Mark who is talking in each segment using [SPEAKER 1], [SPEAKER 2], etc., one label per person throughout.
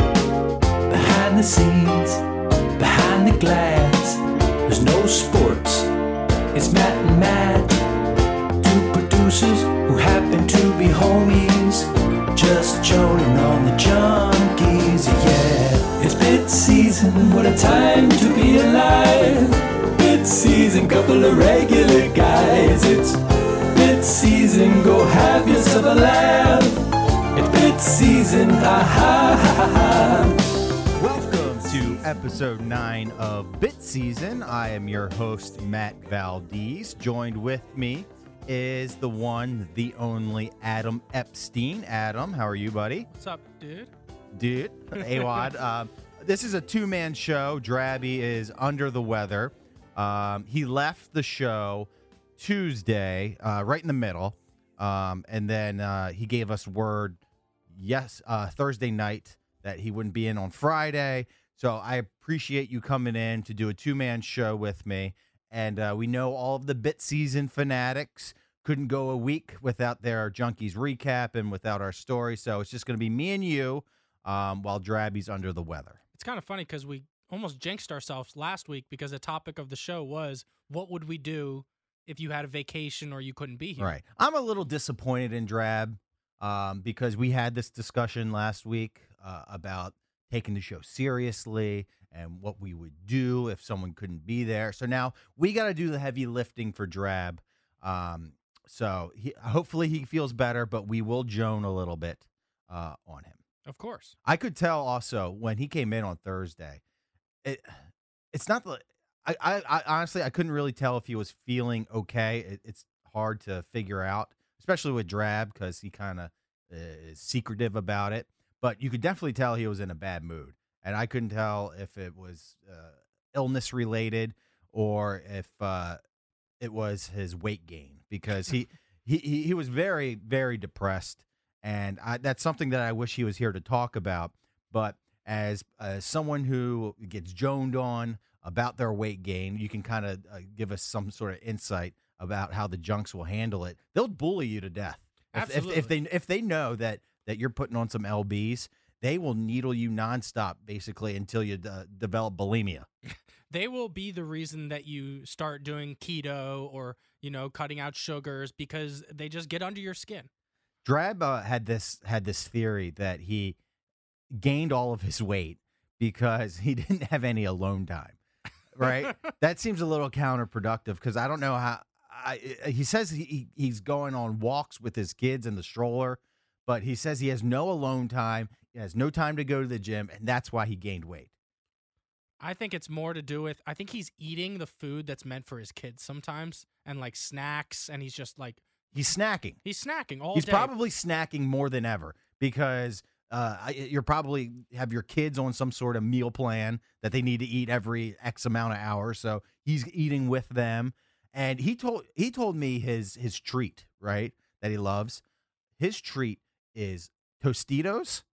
[SPEAKER 1] Behind the scenes, behind the glass, there's no sports. It's Matt and Matt, two producers who happen to be homies, just joning on the junkies, yeah. It's bit season, what a time to be alive. Bit season, couple of regular guys. It's bit season, go have yourself a laugh. It's bit season, ah ha ha ha. ha.
[SPEAKER 2] Welcome to episode nine of Bit Season. I am your host, Matt Valdez. Joined with me is the one, the only Adam Epstein. Adam, how are you, buddy?
[SPEAKER 3] What's up, dude?
[SPEAKER 2] Dude, Awad. um, this is a two man show. Drabby is under the weather. Um, he left the show Tuesday, uh, right in the middle. Um, and then uh, he gave us word yes, uh, Thursday night that he wouldn't be in on Friday. So I appreciate you coming in to do a two man show with me. And uh, we know all of the bit season fanatics couldn't go a week without their junkies recap and without our story. So it's just going to be me and you um, while Drabby's under the weather.
[SPEAKER 3] It's kind of funny because we almost jinxed ourselves last week because the topic of the show was what would we do if you had a vacation or you couldn't be here?
[SPEAKER 2] Right. I'm a little disappointed in Drab um, because we had this discussion last week uh, about taking the show seriously and what we would do if someone couldn't be there. So now we got to do the heavy lifting for Drab. Um, so he, hopefully he feels better, but we will joan a little bit uh, on him.
[SPEAKER 3] Of course.
[SPEAKER 2] I could tell also when he came in on Thursday, it it's not the I, I, I honestly I couldn't really tell if he was feeling okay. It, it's hard to figure out, especially with Drab because he kind of is secretive about it. But you could definitely tell he was in a bad mood, and I couldn't tell if it was uh, illness related or if uh, it was his weight gain because he, he he he was very very depressed and I, that's something that I wish he was here to talk about. But as as someone who gets joned on about their weight gain, you can kind of uh, give us some sort of insight about how the junks will handle it. They'll bully you to death if, if, if they
[SPEAKER 3] Absolutely.
[SPEAKER 2] if they know that that you're putting on some lbs. They will needle you nonstop, basically, until you uh, develop bulimia.
[SPEAKER 3] They will be the reason that you start doing keto or, you know, cutting out sugars because they just get under your skin.
[SPEAKER 2] Drab uh, had this had this theory that he gained all of his weight because he didn't have any alone time. Right? that seems a little counterproductive because I don't know how. I, I- he says he, he he's going on walks with his kids in the stroller, but he says he has no alone time. He has no time to go to the gym, and that's why he gained weight.
[SPEAKER 3] I think it's more to do with I think he's eating the food that's meant for his kids sometimes and like snacks and he's just like
[SPEAKER 2] He's snacking.
[SPEAKER 3] he's snacking all
[SPEAKER 2] he's
[SPEAKER 3] day.
[SPEAKER 2] probably snacking more than ever because uh, I- you're probably have your kids on some sort of meal plan that they need to eat every X amount of hours. So he's eating with them, and he told he told me his his treat right that he loves. His treat is Tostitos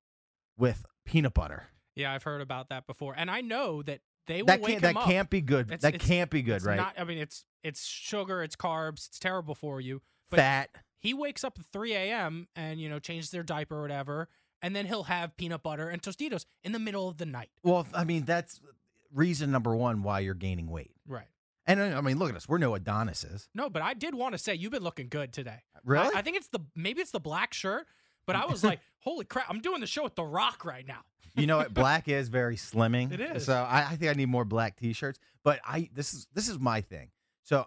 [SPEAKER 2] with peanut butter.
[SPEAKER 3] yeah, I've heard about that before. And I know that they will
[SPEAKER 2] That
[SPEAKER 3] wake
[SPEAKER 2] can't that
[SPEAKER 3] him up.
[SPEAKER 2] can't be good.
[SPEAKER 3] It's-
[SPEAKER 2] that
[SPEAKER 3] it's-
[SPEAKER 2] can't be good,
[SPEAKER 3] It's
[SPEAKER 2] right?
[SPEAKER 3] not- I mean, it's it's sugar, it's carbs, it's terrible for you. But
[SPEAKER 2] Fat.
[SPEAKER 3] he wakes up at 3 a.m. and you know changes their diaper or whatever, and then he'll have peanut butter and Tostitos in the middle of the night.
[SPEAKER 2] Well, I mean that's reason number one why you're gaining weight.
[SPEAKER 3] Right.
[SPEAKER 2] And uh, I I mean, look at us. We're no Adonises.
[SPEAKER 3] No, but I did want to say you've been looking good today.
[SPEAKER 2] Really?
[SPEAKER 3] I, I think it's the maybe it's the black shirt, but I was like, holy crap, I'm doing the show with The Rock right now.
[SPEAKER 2] you know what? Black is very slimming.
[SPEAKER 3] It is.
[SPEAKER 2] So I, I think I need more black t-shirts. But I this is this is my thing. So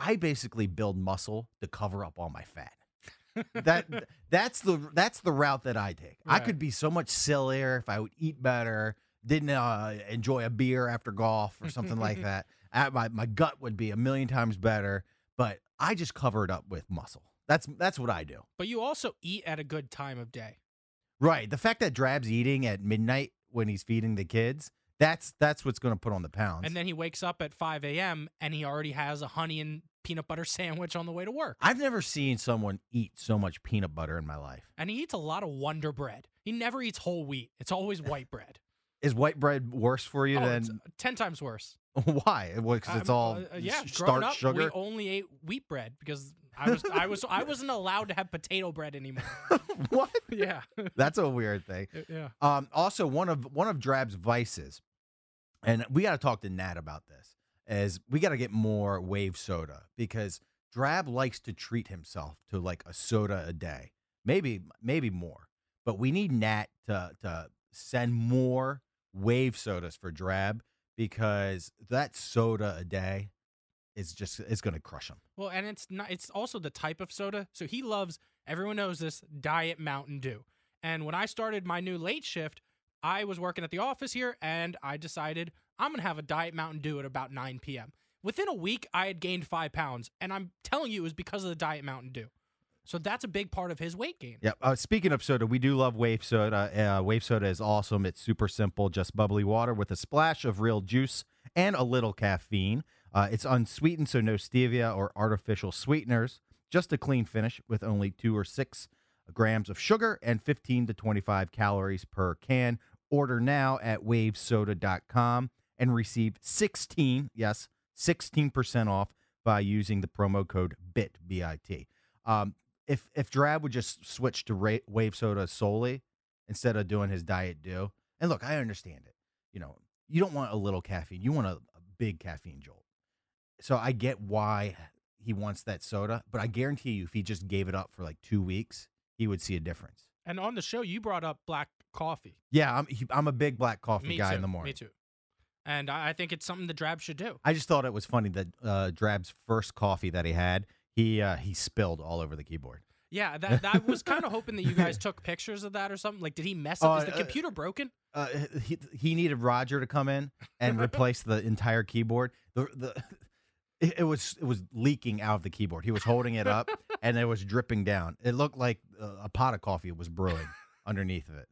[SPEAKER 2] I basically build muscle to cover up all my fat. that that's the that's the route that I take. I
[SPEAKER 3] Right.
[SPEAKER 2] could be so much sillier if I would eat better, didn't uh, enjoy a beer after golf or something like that. Uh, my my gut would be a million times better, but I just cover it up with muscle. That's that's what I do.
[SPEAKER 3] But you also eat at a good time of day.
[SPEAKER 2] Right. The fact that Drab's eating at midnight when he's feeding the kids, that's that's what's going to put on the pounds.
[SPEAKER 3] And then he wakes up at 5 a.m. and he already has a honey and peanut butter sandwich on the way to work.
[SPEAKER 2] I've never seen someone eat so much peanut butter in my life.
[SPEAKER 3] And he eats a lot of Wonder Bread. He never eats whole wheat, it's always white bread.
[SPEAKER 2] Is white bread worse for you
[SPEAKER 3] Oh, it's
[SPEAKER 2] than
[SPEAKER 3] 10 times worse.
[SPEAKER 2] why? Because it's
[SPEAKER 3] I'm-
[SPEAKER 2] all
[SPEAKER 3] uh, uh, yeah,
[SPEAKER 2] s-
[SPEAKER 3] growing
[SPEAKER 2] starch
[SPEAKER 3] up, We
[SPEAKER 2] sugar.
[SPEAKER 3] only ate wheat bread because I was I was I wasn't allowed to have potato bread anymore.
[SPEAKER 2] what?
[SPEAKER 3] yeah,
[SPEAKER 2] That's a weird thing.
[SPEAKER 3] yeah.
[SPEAKER 2] Um, also, one of one of Drab's vices, and we got to talk to Nat about this. Is we got to get more wave soda because Drab likes to treat himself to like a soda a day, maybe maybe more. But we need Nat to to send more wave sodas for Drab because that soda a day is just it's gonna crush him.
[SPEAKER 3] Well, and it's not. It's also the type of soda. So he loves. Everyone knows this diet Mountain Dew. And when I started my new late shift, I was working at the office here, and I decided I'm gonna have a diet Mountain Dew at about 9 p.m. Within a week, I had gained five pounds, and I'm telling you, it was because of the diet Mountain Dew. So that's a big part of his weight gain.
[SPEAKER 2] Yeah. Uh, speaking of soda, we do love Wave Soda. Uh, wave Soda is awesome. It's super simple, just bubbly water with a splash of real juice and a little caffeine. Uh, it's unsweetened, so no stevia or artificial sweeteners. Just a clean finish with only two or six grams of sugar and 15 to 25 calories per can. Order now at wavesoda.com and receive 16, yes, 16% off by using the promo code BIT, B-I-T. Um, if if Drab would just switch to ra- wave soda solely instead of doing his diet do, and look, I understand it. You know, you don't want a little caffeine; you want a, a big caffeine jolt. So I get why he wants that soda, but I guarantee you, if he just gave it up for like two weeks, he would see a difference.
[SPEAKER 3] And on the show, you brought up black coffee.
[SPEAKER 2] Yeah, I'm he, I'm a big black coffee guy
[SPEAKER 3] too.
[SPEAKER 2] in the morning.
[SPEAKER 3] Me too. And I I think it's something the drab should do.
[SPEAKER 2] I just thought it was funny that uh, Drab's first coffee that he had, he uh, he spilled all over the keyboard.
[SPEAKER 3] Yeah, that, that I was kind of hoping that you guys took pictures of that or something. Like, did he mess up?
[SPEAKER 2] Uh,
[SPEAKER 3] Is the
[SPEAKER 2] uh,
[SPEAKER 3] computer broken?
[SPEAKER 2] uh, he, he needed Roger to come in and replace the entire keyboard. The, the it, it was it was leaking out of the keyboard. He was holding it up and it was dripping down. It looked like uh, a pot of coffee was brewing underneath of it.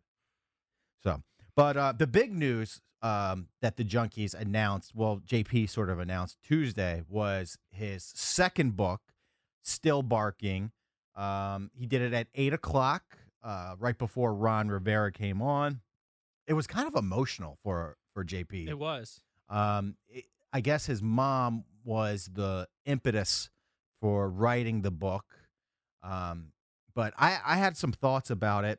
[SPEAKER 2] So, but uh, the big news um, that the Junkies announced, well, JP sort of announced Tuesday, was his second book, Still Barking. Um, he did it at eight o'clock, uh, right before Ron Rivera came on. It was kind of emotional for for JP.
[SPEAKER 3] It was.
[SPEAKER 2] Um, it, I guess his mom was the impetus for writing the book. Um, but I, I had some thoughts about it.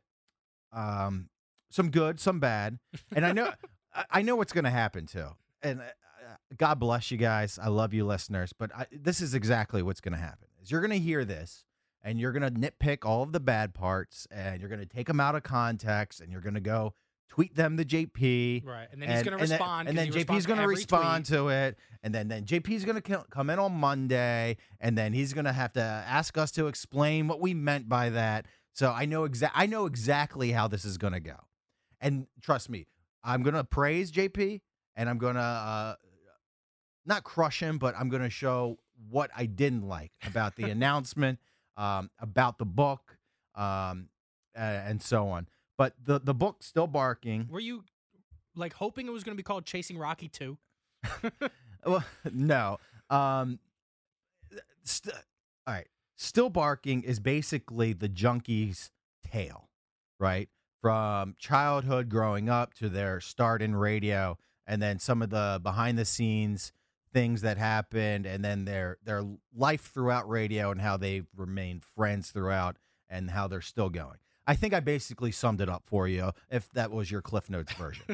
[SPEAKER 2] Um, some good, some bad, and I know I- I know what's going to happen too. And uh, uh, God bless you guys. I love you, listeners. But I, this is exactly what's going to happen: is you're going to hear this, and you're going to nitpick all of the bad parts, and you're going to take them out of context, and you're going to go tweet them to JP,
[SPEAKER 3] Right. And then he's going to
[SPEAKER 2] then-
[SPEAKER 3] respond.
[SPEAKER 2] And then,
[SPEAKER 3] 'cause he
[SPEAKER 2] JP's
[SPEAKER 3] responds
[SPEAKER 2] going to
[SPEAKER 3] every
[SPEAKER 2] respond
[SPEAKER 3] tweet.
[SPEAKER 2] to it. And then, then JP's going to come in on Monday. And then he's going to have to ask us to explain what we meant by that. So I know exa- I know exactly how this is going to go. And trust me, I'm going to praise JP and I'm going to uh, not crush him, but I'm going to show what I didn't like about the announcement, um, about the book, um, a- and so on. But the, the book still barking.
[SPEAKER 3] Were you like hoping it was going to be called Chasing Rocky 2?
[SPEAKER 2] Well, no. Um, st- all right. Still barking is basically the junkie's tale, right? From childhood, growing up to their start in radio, and then some of the behind the scenes things that happened, and then their their life throughout radio and how they've remained friends throughout, and how they're still going. I think I basically summed it up for you. If that was your Cliff Notes version.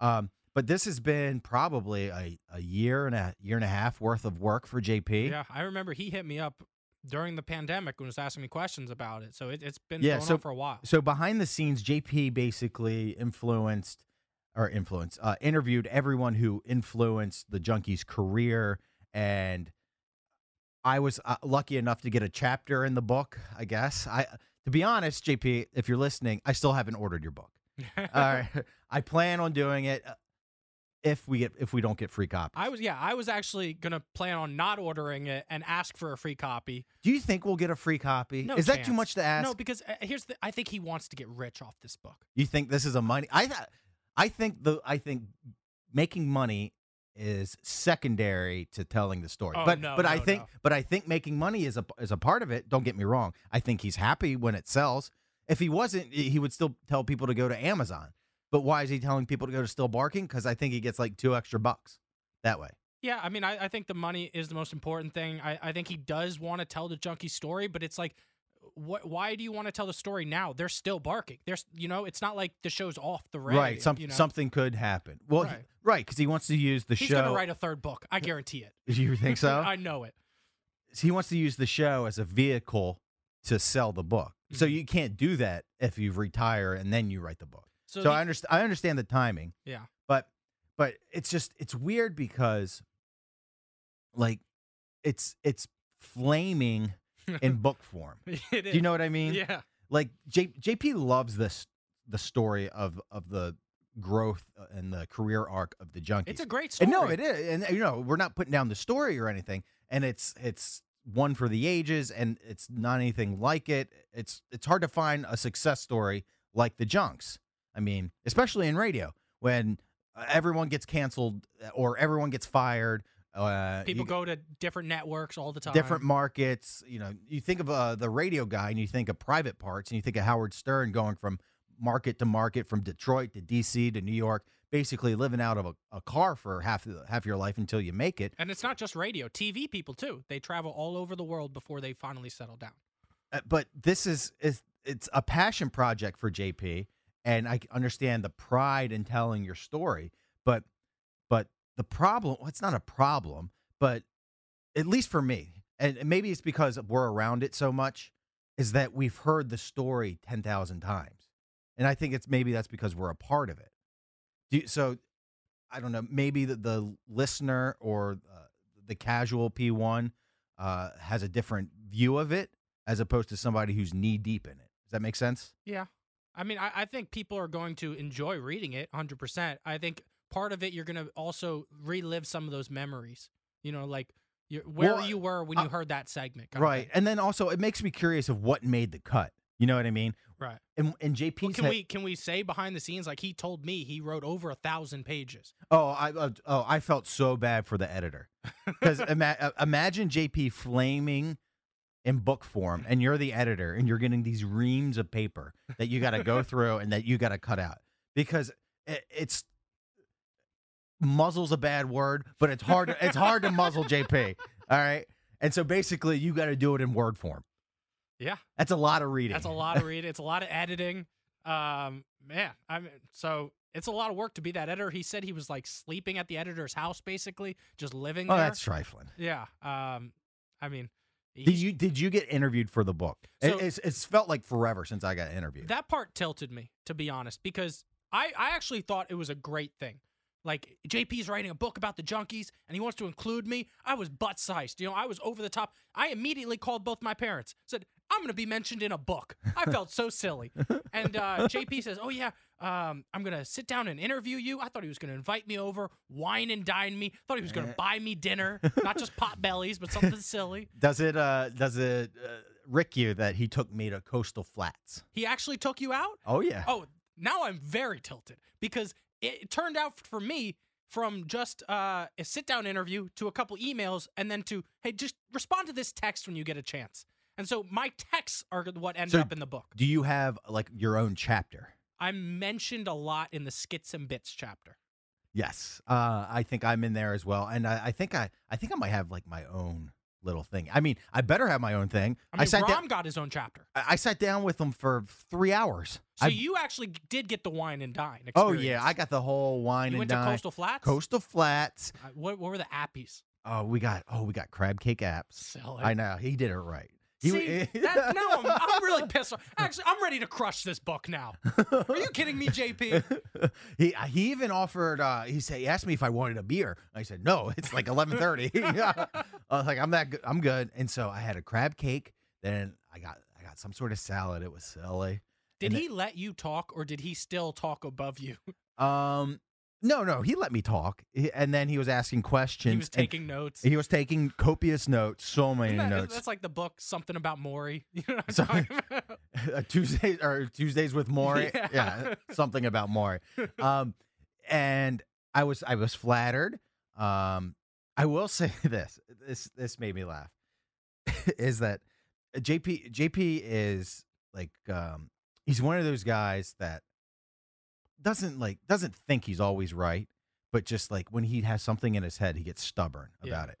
[SPEAKER 2] Um, But this has been probably a, a year and a year and a half worth of work for JP.
[SPEAKER 3] Yeah, I remember he hit me up during the pandemic and was asking me questions about it. So it, it's been
[SPEAKER 2] Yeah,
[SPEAKER 3] going
[SPEAKER 2] so-
[SPEAKER 3] on for a while.
[SPEAKER 2] So behind the scenes, JP basically influenced or influenced, uh, interviewed everyone who influenced the junkie's career. And I was uh, lucky enough to get a chapter in the book, I guess. I, to be honest, JP, if you're listening, I still haven't ordered your book. All right. I plan on doing it uh, if we get, if we don't get free copies.
[SPEAKER 3] I was yeah, I was actually gonna plan on not ordering it and ask for a free copy.
[SPEAKER 2] Do you think we'll get a free copy?
[SPEAKER 3] No
[SPEAKER 2] Is that too
[SPEAKER 3] chance.
[SPEAKER 2] much to ask?
[SPEAKER 3] No, because uh, here's the I think he wants to get rich off this book.
[SPEAKER 2] You think this is a money? I, th- I think the I think making money is secondary to telling the story.
[SPEAKER 3] Oh,
[SPEAKER 2] but
[SPEAKER 3] no,
[SPEAKER 2] but I
[SPEAKER 3] no,
[SPEAKER 2] think
[SPEAKER 3] no.
[SPEAKER 2] but I think making money is a is a part of it. Don't get me wrong. I think he's happy when it sells. If he wasn't, he he would still tell people to go to Amazon. But why is he telling people to go to Still Barking? Because I think he gets like two extra bucks that way.
[SPEAKER 3] Yeah, I mean, I, I think the money is the most important thing. I, I think he does want to tell the junkie story, but it's like, what? Why do you want to tell the story now? They're still barking. There's, you know, it's not like the show's off the rails.
[SPEAKER 2] right. Some,
[SPEAKER 3] you know?
[SPEAKER 2] Something could happen. Well, he-
[SPEAKER 3] Right.
[SPEAKER 2] right. Because he wants to use the
[SPEAKER 3] He's
[SPEAKER 2] show.
[SPEAKER 3] gonna write a third book. I guarantee it.
[SPEAKER 2] you think so?
[SPEAKER 3] I know it.
[SPEAKER 2] so he wants to use the show as a vehicle to sell the book. So
[SPEAKER 3] Mhm.
[SPEAKER 2] you can't do that if you retire and then you write the book. So,
[SPEAKER 3] So, the-
[SPEAKER 2] I understand. I understand the timing,
[SPEAKER 3] yeah,
[SPEAKER 2] but but it's just it's weird because like it's it's flaming in book form.
[SPEAKER 3] It
[SPEAKER 2] Do
[SPEAKER 3] is.
[SPEAKER 2] you know what I mean?
[SPEAKER 3] Yeah,
[SPEAKER 2] Like J, JP loves this the story of of the growth uh, and the career arc of the junkies.
[SPEAKER 3] it's a great story.
[SPEAKER 2] And no, it is, and you know, we're not putting down the story or anything. And it's it's one for the ages, and it's not anything like it. It's it's hard to find a success story like the Junks. I mean, especially in radio when uh, everyone gets canceled uh, or everyone gets fired. Uh,
[SPEAKER 3] People
[SPEAKER 2] you-
[SPEAKER 3] go to different networks all the time.
[SPEAKER 2] different markets. You know, you think of uh, the radio guy, and you think of private parts, and you think of Howard Stern going from market to market, from Detroit to D.C. to New York, basically living out of a, a car for half the, half your life until you make it.
[SPEAKER 3] And it's not just radio, TV people too. They travel all over the world before they finally settle down.
[SPEAKER 2] Uh, but this is is it's a passion project for JP, and I c- understand the pride in telling your story, but but the problem well, it's not a problem, but at least for me, and and maybe it's because we're around it so much, is that we've heard the story ten thousand times, and I think it's maybe that's because we're a part of it. Do you, so, I don't know. Maybe the, the listener or uh, the casual P one uh, has a different view of it as opposed to somebody who's knee deep in it. Does that make sense?
[SPEAKER 3] Yeah. I mean, I, I think people are going to enjoy reading it 100%. I think part of it, you're going to also relive some of those memories, you know, like you where
[SPEAKER 2] Well,
[SPEAKER 3] you were when
[SPEAKER 2] I-
[SPEAKER 3] you heard that segment. kinda
[SPEAKER 2] Right.
[SPEAKER 3] thing.
[SPEAKER 2] And then also, it makes me curious of what made the cut. You know what I mean?
[SPEAKER 3] Right.
[SPEAKER 2] And and JP
[SPEAKER 3] Well, can we can we say behind the scenes like he told me he wrote over a thousand pages?
[SPEAKER 2] oh I uh, oh I felt so bad for the editor because ima- uh, imagine JP flaming in book form, and you're the editor, and you're getting these reams of paper that you got to go through and that you got to cut out because it, it's muzzle's a bad word, but it's hard it's hard to muzzle JP. All right, and so basically you got to do it in word form.
[SPEAKER 3] Yeah,
[SPEAKER 2] That's a lot of reading.
[SPEAKER 3] that's a lot of reading. It's a lot of editing. Um, man, I mean, so it's a lot of work to be that editor. He said he was like sleeping at the editor's house, basically, just living
[SPEAKER 2] Oh,
[SPEAKER 3] there.
[SPEAKER 2] that's trifling.
[SPEAKER 3] Yeah. Um, I mean,
[SPEAKER 2] Did
[SPEAKER 3] he-
[SPEAKER 2] you did you get interviewed for the book? It-
[SPEAKER 3] So-
[SPEAKER 2] it's, it's felt like forever since I got interviewed.
[SPEAKER 3] that part tilted me, to be honest, because I, I actually thought it was a great thing. Like JP's writing a book about the junkies and he wants to include me. I was butt sized. You know, I was over the top. I immediately called both my parents, said, I'm going to be mentioned in a book. I felt so silly. And uh, JP says, Oh, yeah, um, I'm going to sit down and interview you. I thought he was going to invite me over, wine and dine me. thought he was going to buy me dinner, not just pot bellies, but something silly.
[SPEAKER 2] Does it uh does it uh, rick you that he took me to Coastal Flats?
[SPEAKER 3] He actually took you out?
[SPEAKER 2] Oh yeah.
[SPEAKER 3] Oh, now I'm very tilted because it turned out for me from just uh, a sit down interview to a couple emails and then to, hey, just respond to this text when you get a chance. And so my texts are what ended
[SPEAKER 2] So-
[SPEAKER 3] up in the book.
[SPEAKER 2] Do you have like your own chapter?
[SPEAKER 3] I mentioned a lot in the Skits and Bits chapter.
[SPEAKER 2] Yes. Uh I think I'm in there as well. And I, I think I I think I might have like my own little thing. I mean, I better have my own thing.
[SPEAKER 3] I
[SPEAKER 2] I,
[SPEAKER 3] mean,
[SPEAKER 2] sat
[SPEAKER 3] Rom
[SPEAKER 2] down.
[SPEAKER 3] got his own chapter.
[SPEAKER 2] I I sat down with him for three hours.
[SPEAKER 3] So
[SPEAKER 2] I-
[SPEAKER 3] you actually did get the wine and dine. Experience.
[SPEAKER 2] oh yeah, I got the whole wine
[SPEAKER 3] You
[SPEAKER 2] and
[SPEAKER 3] went
[SPEAKER 2] dine.
[SPEAKER 3] to Coastal Flats.
[SPEAKER 2] Coastal Flats.
[SPEAKER 3] Uh, what, what were the appies?
[SPEAKER 2] Oh, we got oh we got crab cake apps.
[SPEAKER 3] Silly.
[SPEAKER 2] I know he did it right. He,
[SPEAKER 3] See, that, now I'm, I'm really pissed off. Actually, I'm ready to crush this book now. Are you kidding me, JP?
[SPEAKER 2] he uh, he even offered. Uh, he said he asked me if I wanted a beer. I said no. It's like eleven thirty. I was like I'm that good. I'm good. And so I had a crab cake. Then I got I got some sort of salad. It was silly.
[SPEAKER 3] Did
[SPEAKER 2] And
[SPEAKER 3] he let you talk, or did he still talk above you?
[SPEAKER 2] Um, no, no, he let me talk. He- and then he was asking questions.
[SPEAKER 3] He was
[SPEAKER 2] and
[SPEAKER 3] taking notes.
[SPEAKER 2] He was taking copious notes. So many
[SPEAKER 3] Isn't that-
[SPEAKER 2] notes.
[SPEAKER 3] That's like the book, something about Maury. You know what I'm
[SPEAKER 2] So-
[SPEAKER 3] talking about?
[SPEAKER 2] Uh, Tuesdays or Tuesdays with Maury.
[SPEAKER 3] Yeah.
[SPEAKER 2] Yeah. something about Maury. Um, and I was I was flattered. Um, I will say this. This this made me laugh. is that uh, JP JP is like um he's one of those guys that doesn't like doesn't think he's always right, but just like when he has something in his head, he gets stubborn
[SPEAKER 3] Yeah.
[SPEAKER 2] about it.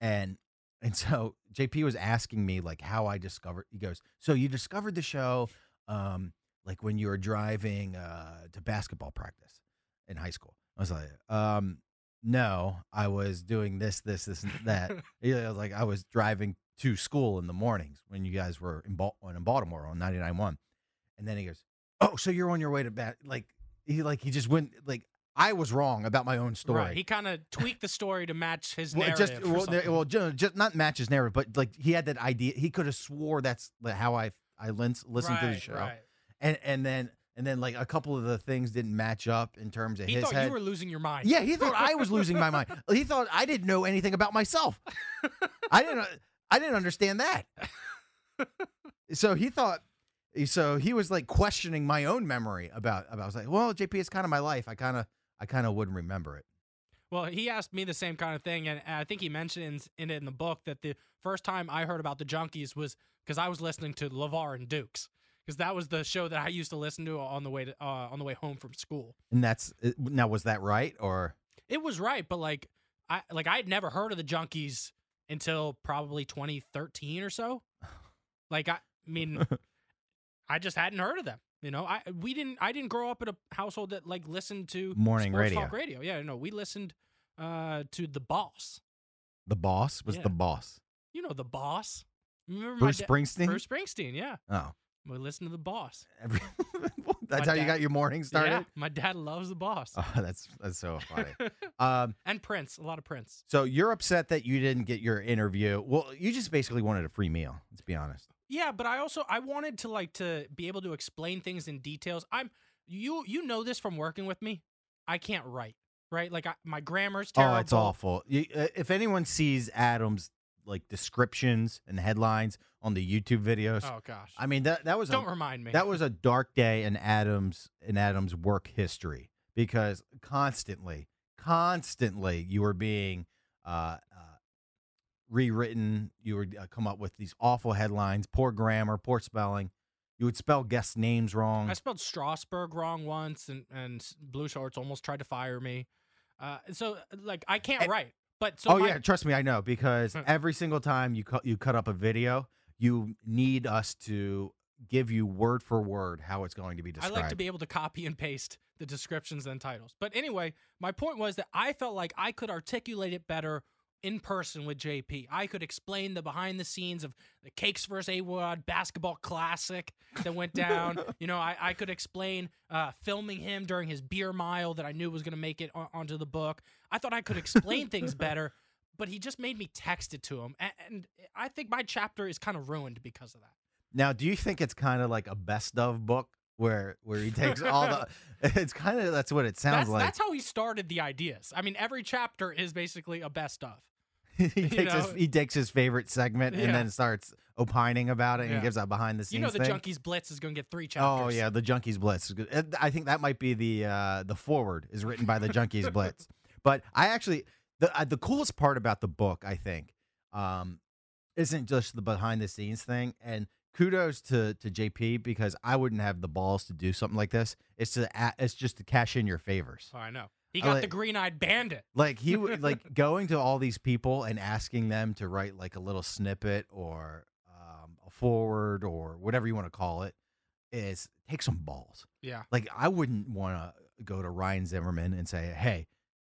[SPEAKER 2] And and so JP was asking me like how I discovered. He goes, "So you discovered the show, um, like when you were driving uh, to basketball practice in high school?" I was like, um, "No, I was doing this, this, this, and that." yeah, I was like I was driving to school in the mornings when you guys were in, Bal- in Baltimore on 99.1. and then he goes, "Oh, so you're on your way to bat?" Like he like he just went like I was wrong about my own story.
[SPEAKER 3] Right. He kind of tweaked the story to match his
[SPEAKER 2] Well,
[SPEAKER 3] narrative.
[SPEAKER 2] just
[SPEAKER 3] or
[SPEAKER 2] well,
[SPEAKER 3] something.
[SPEAKER 2] there- well, ju- just not match his narrative, but like he had that idea. He could have swore that's li- how I I lens, listened to the
[SPEAKER 3] Right,
[SPEAKER 2] show,
[SPEAKER 3] right.
[SPEAKER 2] and and then and then like a couple of the things didn't match up in terms of
[SPEAKER 3] He
[SPEAKER 2] his
[SPEAKER 3] thought
[SPEAKER 2] head.
[SPEAKER 3] you were losing your mind.
[SPEAKER 2] yeah, he thought I was losing my mind. He thought I didn't know anything about myself. I didn't. uh, I didn't understand that. So he thought. So he was like questioning my own memory about. about I was like, well, JP, it's kind of my life. I kind of. I kind of wouldn't remember it.
[SPEAKER 3] Well, he asked me the same kind of thing, and and I think he mentions in it in the book that the first time I heard about the Junkies was because I was listening to LeVar and Dukes, because that was the show that I used to listen to on the way to, uh, on the way home from school.
[SPEAKER 2] And that's uh, now was that right or?
[SPEAKER 3] It was right, but like I like I had never heard of the Junkies until probably 2013 or so. Like I, mean, I just hadn't heard of them. You know, I we didn't I didn't grow up in a household that like listened to
[SPEAKER 2] Morning
[SPEAKER 3] sports
[SPEAKER 2] radio.
[SPEAKER 3] talk radio. Yeah, no, we listened uh, to the Boss.
[SPEAKER 2] The boss was
[SPEAKER 3] Yeah.
[SPEAKER 2] the boss.
[SPEAKER 3] You know the Boss. Remember my
[SPEAKER 2] Bruce
[SPEAKER 3] da-
[SPEAKER 2] Springsteen.
[SPEAKER 3] Bruce Springsteen. Yeah,
[SPEAKER 2] Oh,
[SPEAKER 3] we listened to the Boss.
[SPEAKER 2] Every- that's how
[SPEAKER 3] My
[SPEAKER 2] you
[SPEAKER 3] dad-
[SPEAKER 2] got your morning started.
[SPEAKER 3] Yeah, my dad loves the Boss
[SPEAKER 2] Oh, that's that's so funny. um,
[SPEAKER 3] and Prince. A lot of Prince.
[SPEAKER 2] so you're upset that you didn't get your interview. Well, you just basically wanted a free meal. Let's be honest.
[SPEAKER 3] Yeah, but I also I wanted to like to be able to explain things in details. I'm you you know this from working with me. I can't write, right? Like I, my grammar's terrible.
[SPEAKER 2] Oh, it's awful. You, uh, if anyone sees Adam's like descriptions and headlines on the YouTube videos,
[SPEAKER 3] Oh gosh.
[SPEAKER 2] I mean that that was
[SPEAKER 3] Don't
[SPEAKER 2] a,
[SPEAKER 3] remind me.
[SPEAKER 2] That was a dark day in Adams in Adams' work history because constantly, constantly, you were being uh, uh, rewritten. You would uh, come up with these awful headlines, poor grammar, poor spelling. You would spell guest names wrong.
[SPEAKER 3] I spelled Strasbourg wrong once, and and s- Blue Shorts almost tried to fire me. Uh, so like I can't
[SPEAKER 2] And-
[SPEAKER 3] write. But so
[SPEAKER 2] oh
[SPEAKER 3] my- Mm.
[SPEAKER 2] yeah, trust me, I know because
[SPEAKER 3] Huh.
[SPEAKER 2] every single time you cut you cut up a video, you need us to give you word for word how it's going to be described.
[SPEAKER 3] I like to be able to copy and paste the descriptions and titles. But anyway, my point was that I felt like I could articulate it better in person with JP. I could explain the behind the scenes of the Cakes versus Awad basketball classic that went down. you know, I, I could explain uh, filming him during his beer mile that I knew was going to make it on, onto the book. I thought I could explain things better, but he just made me text it to him. And, and I think my chapter is kind of ruined because of that.
[SPEAKER 2] Now, do you think it's kind of like a best of book where where he takes all the? It's kind of that's what it sounds
[SPEAKER 3] that's,
[SPEAKER 2] like.
[SPEAKER 3] that's how he started the ideas. I mean, every chapter is basically a best of.
[SPEAKER 2] he
[SPEAKER 3] you
[SPEAKER 2] takes
[SPEAKER 3] know.
[SPEAKER 2] his he takes his favorite segment
[SPEAKER 3] Yeah.
[SPEAKER 2] and then starts opining about it
[SPEAKER 3] Yeah.
[SPEAKER 2] and gives out behind the scenes.
[SPEAKER 3] You know, the
[SPEAKER 2] thing.
[SPEAKER 3] Junkies Blitz is going to get three
[SPEAKER 2] Oh
[SPEAKER 3] chapters.
[SPEAKER 2] yeah, the Junkies Blitz. is good. Uh, I think that might be the uh, the forward is written by the Junkies Blitz. But I actually the uh, the coolest part about the book I think um, isn't just the behind the scenes thing. And kudos to to JP because I wouldn't have the balls to do something like this. It's to a- it's just to cash in your favors.
[SPEAKER 3] Oh, I know. He
[SPEAKER 2] I
[SPEAKER 3] got
[SPEAKER 2] like-
[SPEAKER 3] the green eyed bandit.
[SPEAKER 2] Like he would like going to all these people and asking them to write like a little snippet or um, a forward or whatever you want to call it is take some balls.
[SPEAKER 3] Yeah.
[SPEAKER 2] Like I wouldn't want to go to Ryan Zimmerman and say, "Hey,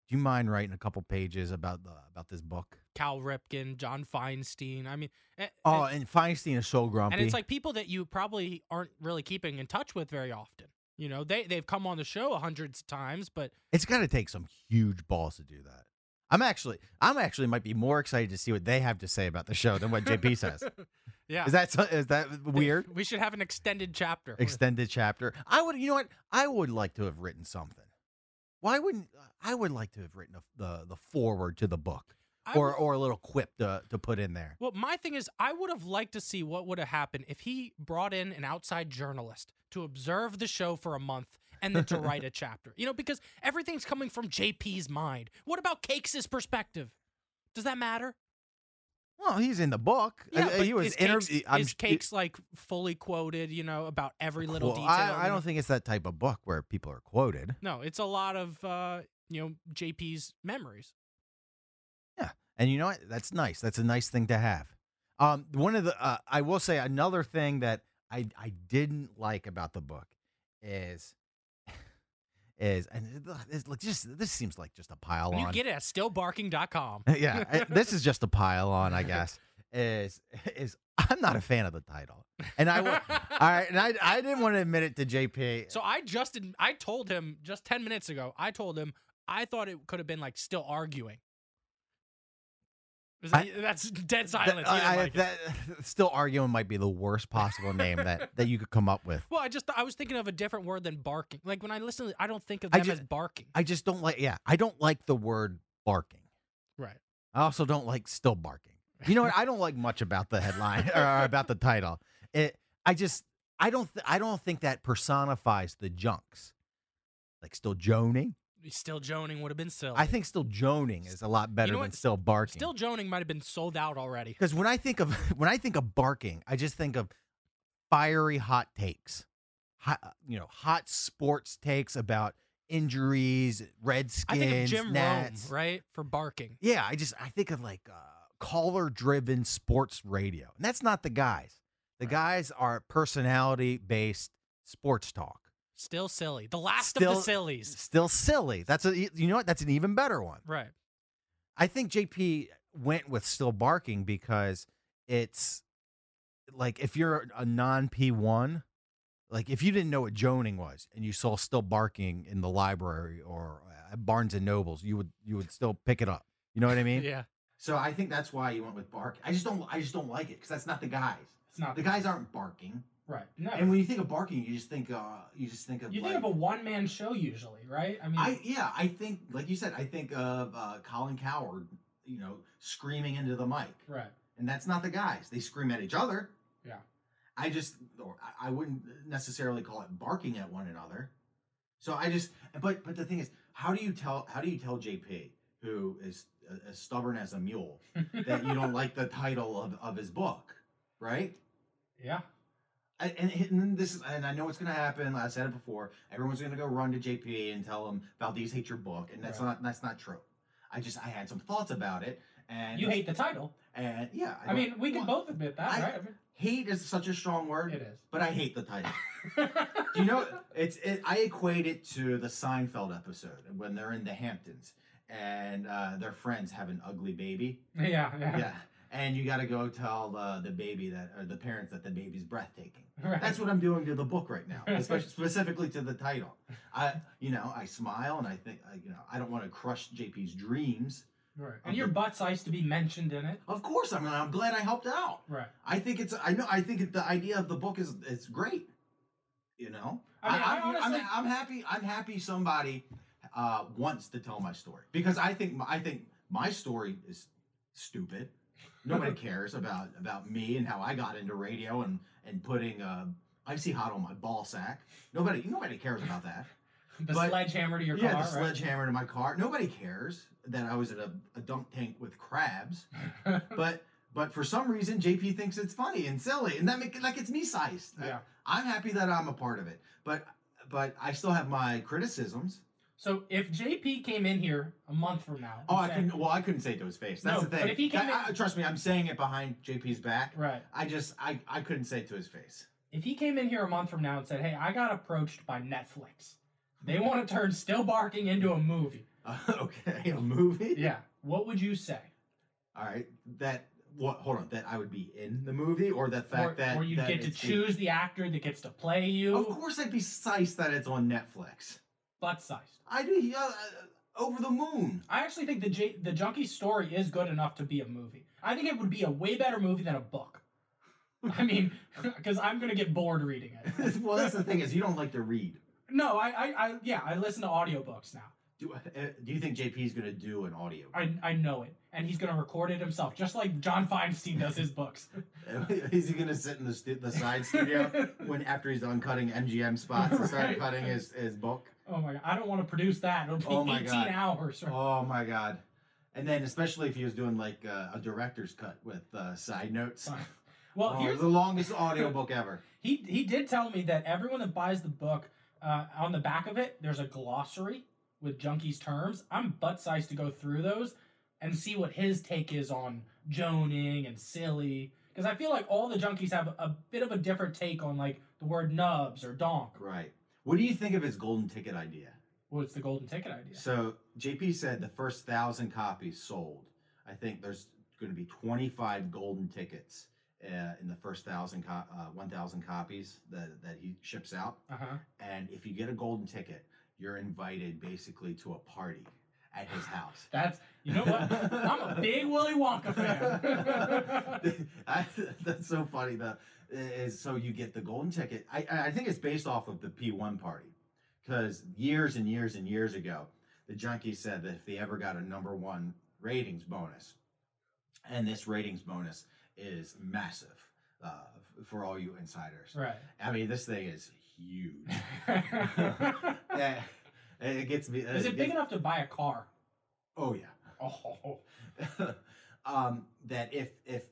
[SPEAKER 2] do you mind writing a couple pages about the about this book?"
[SPEAKER 3] Cal Ripken, John Feinstein. I mean, eh,
[SPEAKER 2] Oh,
[SPEAKER 3] eh,
[SPEAKER 2] and Feinstein is so grumpy.
[SPEAKER 3] and it's like people that you probably aren't really keeping in touch with very often. You know, they they've come on the show hundreds of times, but
[SPEAKER 2] It's got to take some huge balls to do that. I'm actually, I'm actually might be more excited to see what they have to say about the show than what JP says.
[SPEAKER 3] yeah,
[SPEAKER 2] Is that so- is that weird?
[SPEAKER 3] We should have an extended chapter.
[SPEAKER 2] Extended chapter. I would, you know what? I would like to have written something. Why wouldn't I? Would like to have written a, the the forward to the book,
[SPEAKER 3] I
[SPEAKER 2] or
[SPEAKER 3] would-
[SPEAKER 2] or a little quip to to put in there.
[SPEAKER 3] Well, my thing is, I would have liked to see what would have happened if he brought in an outside journalist to observe the show for a month and then to write a chapter. You know, because everything's coming from JP's mind. What about Cakes' perspective? Does that matter?
[SPEAKER 2] Well, he's in the book. I- I-
[SPEAKER 3] but
[SPEAKER 2] Uh, he was
[SPEAKER 3] is Cakes,
[SPEAKER 2] interviewed. I'm
[SPEAKER 3] is Cakes like fully quoted? You know about every little
[SPEAKER 2] well,
[SPEAKER 3] detail.
[SPEAKER 2] I,
[SPEAKER 3] you
[SPEAKER 2] I
[SPEAKER 3] know?
[SPEAKER 2] don't think it's that type of book where people are quoted.
[SPEAKER 3] No, it's a lot of uh, you know JP's memories.
[SPEAKER 2] And you know what? That's nice. That's a nice thing to have. Um, one of the uh, I will say another thing that I I didn't like about the book is is and it- it's like just this seems like just a pile
[SPEAKER 3] You
[SPEAKER 2] on.
[SPEAKER 3] get it at stillbarking.com.
[SPEAKER 2] yeah, I- this is just a pile on, I guess. Is is I'm not a fan of the title, and I wa- all right, and I I didn't want to admit it to JP.
[SPEAKER 3] So I just didn't- I told him just 10 minutes ago. I told him I thought it could have been like still arguing. Is
[SPEAKER 2] I-
[SPEAKER 3] that- that's dead
[SPEAKER 2] That-
[SPEAKER 3] silence. He didn't
[SPEAKER 2] I- I-
[SPEAKER 3] like it.
[SPEAKER 2] that- still arguing might be the worst possible name that that you could come up with.
[SPEAKER 3] well, I just I was thinking of a different word than barking. Like when I listen, to, I don't think of them
[SPEAKER 2] just-
[SPEAKER 3] as barking.
[SPEAKER 2] I just don't like. Yeah, I don't like the word barking.
[SPEAKER 3] right.
[SPEAKER 2] I also don't like still barking. You know what? I don't like much about the headline or about the title. It. I just. I don't. Th- I don't think that personifies the junks. Like still joning.
[SPEAKER 3] Still joning would have been silly.
[SPEAKER 2] I think still joning is a lot better
[SPEAKER 3] what?
[SPEAKER 2] than still barking.
[SPEAKER 3] still joning might have been sold out already.
[SPEAKER 2] because when I think of when I think of barking, I just think of fiery hot takes, hot, uh, you know, hot sports takes about injuries,
[SPEAKER 3] I
[SPEAKER 2] Redskins,
[SPEAKER 3] think of Jim
[SPEAKER 2] Nats.
[SPEAKER 3] Rome, right, for barking.
[SPEAKER 2] Yeah, I just I think of like uh, caller driven sports radio, and that's not the guys. The guys are personality based sports talk.
[SPEAKER 3] Still silly. The last of the
[SPEAKER 2] Still-
[SPEAKER 3] sillies.
[SPEAKER 2] Still silly. That's a you know what? That's an even better one.
[SPEAKER 3] Right.
[SPEAKER 2] I think JP went with still barking because it's like if you're a non P one, like if you didn't know what joning was and you saw still barking in the library or at Barnes and Nobles, you would you would still pick it up. You know what I mean?
[SPEAKER 3] Yeah.
[SPEAKER 2] So I think that's why you went with bark. I just don't. I just don't like it because that's not the guys.
[SPEAKER 3] It's not
[SPEAKER 2] The guys aren't barking.
[SPEAKER 3] right. No.
[SPEAKER 2] And when you think of barking, you just think. Uh, you just think of. like,
[SPEAKER 3] one man show usually, right? I mean,
[SPEAKER 4] I yeah, I think like you said, I think of uh, Colin Coward, you know, screaming into the mic,
[SPEAKER 3] right.
[SPEAKER 4] and that's not the guys. They scream at each other.
[SPEAKER 3] Yeah.
[SPEAKER 4] I just or I- I wouldn't necessarily call it barking at one another. So I just but but the thing is, how do you tell how do you tell JP who is a- as stubborn as a mule that you don't like the title of of his book, right?
[SPEAKER 3] Yeah.
[SPEAKER 4] I- and, and this is, and I know it's gonna happen. I said it before. Everyone's gonna go run to JP and tell him Valdez hates your book, and that's
[SPEAKER 3] Right.
[SPEAKER 4] not that's not true. I just I had some thoughts about it, and
[SPEAKER 3] the title.
[SPEAKER 4] and yeah.
[SPEAKER 3] I mean,
[SPEAKER 4] don't-
[SPEAKER 3] we can
[SPEAKER 4] well,
[SPEAKER 3] both admit that,
[SPEAKER 4] I-
[SPEAKER 3] right?
[SPEAKER 4] Hate is such a strong word,
[SPEAKER 3] It is.
[SPEAKER 4] but I hate the title. Do you know it's it, I equate it to the Seinfeld episode when they're in the Hamptons and uh, their friends have an ugly baby.
[SPEAKER 3] yeah, yeah,
[SPEAKER 4] Yeah. And you got to go tell uh, the baby that, or the parents that the baby's breathtaking.
[SPEAKER 3] Right.
[SPEAKER 4] That's what I'm doing to the book right now, especially specifically to the title. I, you know, I smile and I think, I, you know, I don't want to crush JP's dreams.
[SPEAKER 3] Right.
[SPEAKER 4] And your
[SPEAKER 3] butt size to be mentioned in it.
[SPEAKER 4] Of course, I'm. I'm glad I helped out.
[SPEAKER 3] Right.
[SPEAKER 4] I think it's. I know. I think the idea of the book is it's great. You know.
[SPEAKER 3] I mean, I
[SPEAKER 4] I'm- I'm-
[SPEAKER 3] honestly-
[SPEAKER 4] I'm, happy. I'm happy somebody uh, wants to tell my story because I think my, I think my story is stupid. Nobody cares about about me and how I got into radio and and putting uh, icy hot on my ball sack. Nobody nobody cares about that.
[SPEAKER 3] The
[SPEAKER 4] But-
[SPEAKER 3] sledgehammer to your
[SPEAKER 4] yeah,
[SPEAKER 3] car.
[SPEAKER 4] the sledgehammer to my car. Nobody cares that I was in a, a dunk tank with crabs
[SPEAKER 3] right?
[SPEAKER 4] but but for some reason JP thinks it's funny and silly, and that make like it's me sized.
[SPEAKER 3] yeah.
[SPEAKER 4] I'm happy that I'm a part of it, but but I still have my criticisms.
[SPEAKER 3] So if JP came in here a month from now,
[SPEAKER 2] Oh,
[SPEAKER 3] and
[SPEAKER 2] I
[SPEAKER 3] said-
[SPEAKER 2] couldn't. Well, I couldn't say it to his face. That's
[SPEAKER 3] No,
[SPEAKER 2] the thing.
[SPEAKER 3] but if he came
[SPEAKER 2] That-
[SPEAKER 3] in-
[SPEAKER 2] I- trust me, I'm saying it behind JP's back.
[SPEAKER 3] Right.
[SPEAKER 2] I just, I, I couldn't say it to his face.
[SPEAKER 3] If he came in here a month from now and said, "Hey, I got approached by Netflix. They want to turn Still Barking into a movie."
[SPEAKER 2] Uh, okay, a movie.
[SPEAKER 3] Yeah. What would you say?
[SPEAKER 2] All right. That. What? Hold on. That I would be in the movie, or the fact
[SPEAKER 3] or,
[SPEAKER 2] that
[SPEAKER 3] or you
[SPEAKER 2] that
[SPEAKER 3] get to
[SPEAKER 2] it's the-
[SPEAKER 3] choose the actor that gets to play you.
[SPEAKER 2] Of course, I'd be sized that it's on Netflix.
[SPEAKER 3] Butt sized.
[SPEAKER 2] I'd be uh, over the moon.
[SPEAKER 3] I actually think the J- the junkie story is good enough to be a movie. I think it would be a way better movie than a book. I mean, because I'm gonna get bored reading it.
[SPEAKER 2] well, that's the thing is you don't like to read.
[SPEAKER 3] No, I, I, I yeah, I listen to audiobooks now.
[SPEAKER 2] Do, uh, do you think JP's gonna do an audio?
[SPEAKER 3] I, I know it, and he's gonna record it himself, just like John Feinstein does his books.
[SPEAKER 2] Is he gonna sit in the, stu- the side studio when after he's done cutting MGM spots and start
[SPEAKER 3] Right.
[SPEAKER 2] cutting his, his book?
[SPEAKER 3] Oh my god, I don't want to produce that. It'll be
[SPEAKER 2] Oh my
[SPEAKER 3] 18
[SPEAKER 2] God.
[SPEAKER 3] hours. Or,
[SPEAKER 2] Oh my god! And then especially if he was doing like uh, a director's cut with uh, side notes.
[SPEAKER 3] well,
[SPEAKER 2] Oh,
[SPEAKER 3] here's
[SPEAKER 2] the longest audiobook ever.
[SPEAKER 3] He he did tell me that everyone that buys the book, uh, on the back of it, there's a glossary with junkies terms. I'm butt sized to go through those and see what his take is on joning and silly. Because I feel like all the junkies have a bit of a different take on like the word nubs or donk.
[SPEAKER 2] Right. What do you think of his golden ticket idea?
[SPEAKER 3] Well, it's the golden ticket idea.
[SPEAKER 2] So JP said the first thousand copies sold. I think there's going to be 25 golden tickets uh, in the first thousand, co- uh, 1,000 copies that, that he ships out.
[SPEAKER 3] Uh huh.
[SPEAKER 2] And if you get a golden ticket, you're invited basically to a party at his house.
[SPEAKER 3] That's you know what I'm a big Willy Wonka fan.
[SPEAKER 2] I, that's so funny. The is so you get the golden ticket. I I I think it's based off of the P1 party, because years and years and years ago, the junkies said that if they ever got a number one ratings bonus, and this ratings bonus is massive uh, for all you insiders. I mean, this thing is huge.
[SPEAKER 3] right.
[SPEAKER 2] Yeah, it gets me.
[SPEAKER 3] Is it big
[SPEAKER 2] gets-
[SPEAKER 3] enough to buy a car?
[SPEAKER 2] Oh yeah.
[SPEAKER 3] Oh.
[SPEAKER 2] um, that if if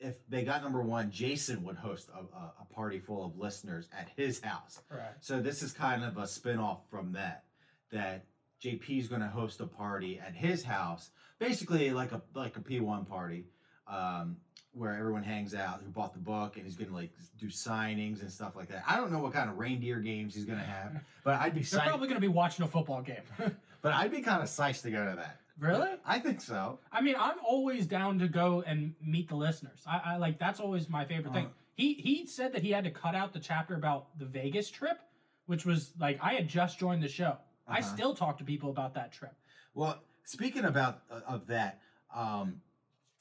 [SPEAKER 2] if they got number one, Jason would host a, a, a party full of listeners at his house.
[SPEAKER 3] Right.
[SPEAKER 2] So this is kind of a spin-off from that. That JP is going to host a party at his house, basically like a like a P1 party, um, where everyone hangs out. Who bought the book, and he's going to like do signings and stuff like that. I don't know what kind of reindeer games he's going to have, but I'd be
[SPEAKER 3] They're
[SPEAKER 2] psyched,
[SPEAKER 3] probably going to be watching a football game.
[SPEAKER 2] but I'd be kind of psyched to go to that.
[SPEAKER 3] really?
[SPEAKER 2] I think so.
[SPEAKER 3] I mean, I'm always down to go and meet the listeners. I, I like that's always my favorite thing.
[SPEAKER 2] Uh-huh.
[SPEAKER 3] He he said that he had to cut out the chapter about the Vegas trip, which was like I had just joined the show. I
[SPEAKER 2] Uh-huh.
[SPEAKER 3] still talk to people about that trip.
[SPEAKER 2] Well, speaking about uh, of that, um,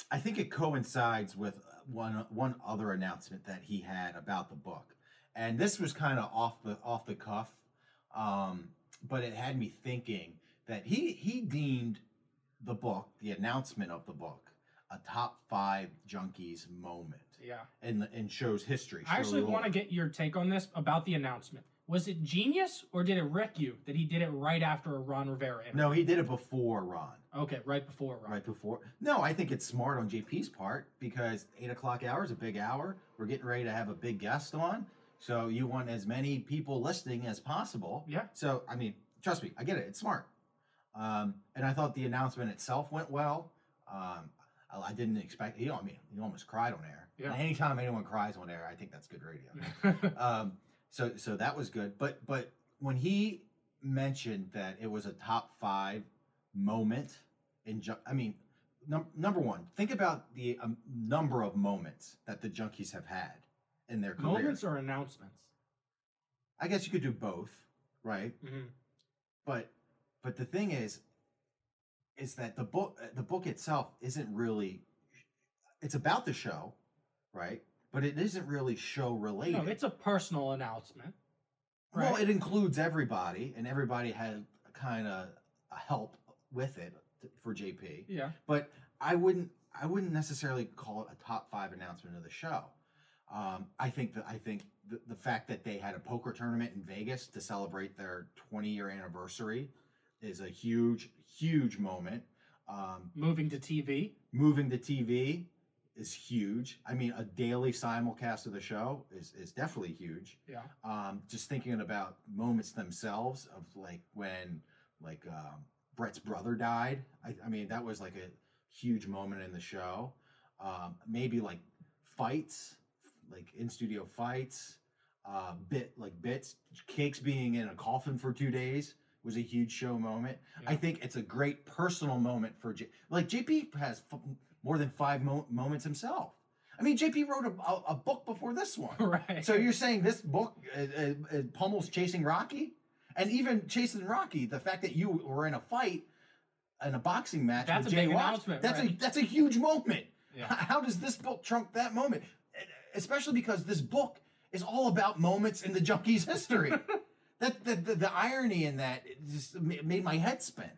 [SPEAKER 2] I think it coincides with uh, one one other announcement that he had about the book, and this was kind of off the off the cuff, um, but it had me thinking that he he deemed the book, the announcement of the book, a top five junkies moment
[SPEAKER 3] Yeah.
[SPEAKER 2] in the- in show's history.
[SPEAKER 3] I actually
[SPEAKER 2] show
[SPEAKER 3] want to
[SPEAKER 2] lore.
[SPEAKER 3] get your take on this about the announcement. Was it genius or did it wreck you that he did it right after a Ron Rivera interview?
[SPEAKER 2] no, he did it before Ron.
[SPEAKER 3] Okay, right before Ron.
[SPEAKER 2] right before. No, I think it's smart on JP's part because eight o'clock hour is a big hour. We're getting ready to have a big guest on, so you want as many people listening as possible.
[SPEAKER 3] Yeah.
[SPEAKER 2] So I mean, trust me, I get it. It's smart. Um, and I thought the announcement itself went well. Um, I, I didn't expect. You know, I mean, you almost cried on air.
[SPEAKER 3] Yeah.
[SPEAKER 2] And anytime anyone cries on air, I think that's good radio. um, so so that was good. But but when he mentioned that it was a top five moment in ju- I mean, num- number one, think about the um, number of moments that the junkies have had in their career.
[SPEAKER 3] Moments or announcements?
[SPEAKER 2] I guess you could do both, right?
[SPEAKER 3] Mhm.
[SPEAKER 2] But but the thing is, is that the book uh, the book itself isn't really. It's about the show, right? But it isn't really show related.
[SPEAKER 3] No, it's a personal announcement.
[SPEAKER 2] Well,
[SPEAKER 3] right?
[SPEAKER 2] it includes everybody, and everybody had kind of a help with it t- for JP.
[SPEAKER 3] Yeah.
[SPEAKER 2] But I wouldn't, I wouldn't necessarily call it a top five announcement of the show. Um, I think that I think the, the fact that they had a poker tournament in Vegas to celebrate their 20 year anniversary is a huge, huge moment. Um,
[SPEAKER 3] Moving to TV.
[SPEAKER 2] moving to TV is huge. I mean, a daily simulcast of the show is is definitely huge
[SPEAKER 3] Yeah.
[SPEAKER 2] um, just thinking about moments themselves of like when like um, Brett's brother died. I, I mean, that was like a huge moment in the show. Um, maybe like fights, like in studio fights, uh, bit like bits, cakes being in a coffin for two days was a huge show moment. I
[SPEAKER 3] Yeah.
[SPEAKER 2] think it's a great personal moment for J- like JP has f- more than five mo- moments himself. I mean, JP wrote a, a, a book before this one.
[SPEAKER 3] right.
[SPEAKER 2] So you're saying this book uh, uh, uh, pummels chasing Rocky, and even chasing Rocky, the fact that you were in a fight in a boxing match.
[SPEAKER 3] That's
[SPEAKER 2] with
[SPEAKER 3] a
[SPEAKER 2] Jay
[SPEAKER 3] big
[SPEAKER 2] Watts,
[SPEAKER 3] announcement,
[SPEAKER 2] That's a
[SPEAKER 3] right?
[SPEAKER 2] that's a huge moment.
[SPEAKER 3] Yeah.
[SPEAKER 2] How does this book trump that moment? uh, Especially because this book is all about moments in the junkie's history. that the, the, the irony in that it just ma- made my head spin.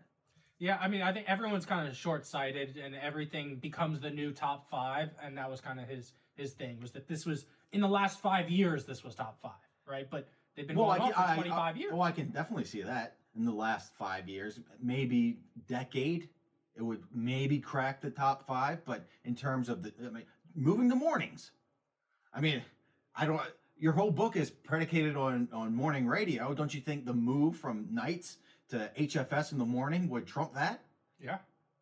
[SPEAKER 3] Yeah, I mean, I think everyone's kind of short-sighted, and everything becomes the new top five, and that was kind of his his thing was that this was in the last five years this was top five, right? But they've been going on for
[SPEAKER 2] I-
[SPEAKER 3] 25
[SPEAKER 2] I-
[SPEAKER 3] years.
[SPEAKER 2] Well, I can definitely see that in the last five years, maybe decade, it would maybe crack the top five. But in terms of the I mean, moving to mornings, I mean, I don't. Your whole book is predicated on on morning radio. Don't you think the move from nights to HFS in the morning would trump that?
[SPEAKER 3] yeah,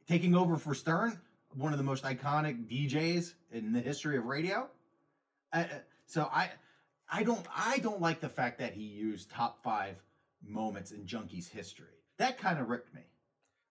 [SPEAKER 2] Taking over for Stern, one of the most iconic DJs in the history of radio. I- I- so I, I don't, I don't like the fact that he used top five moments in Junkie's history. That kind of ripped me.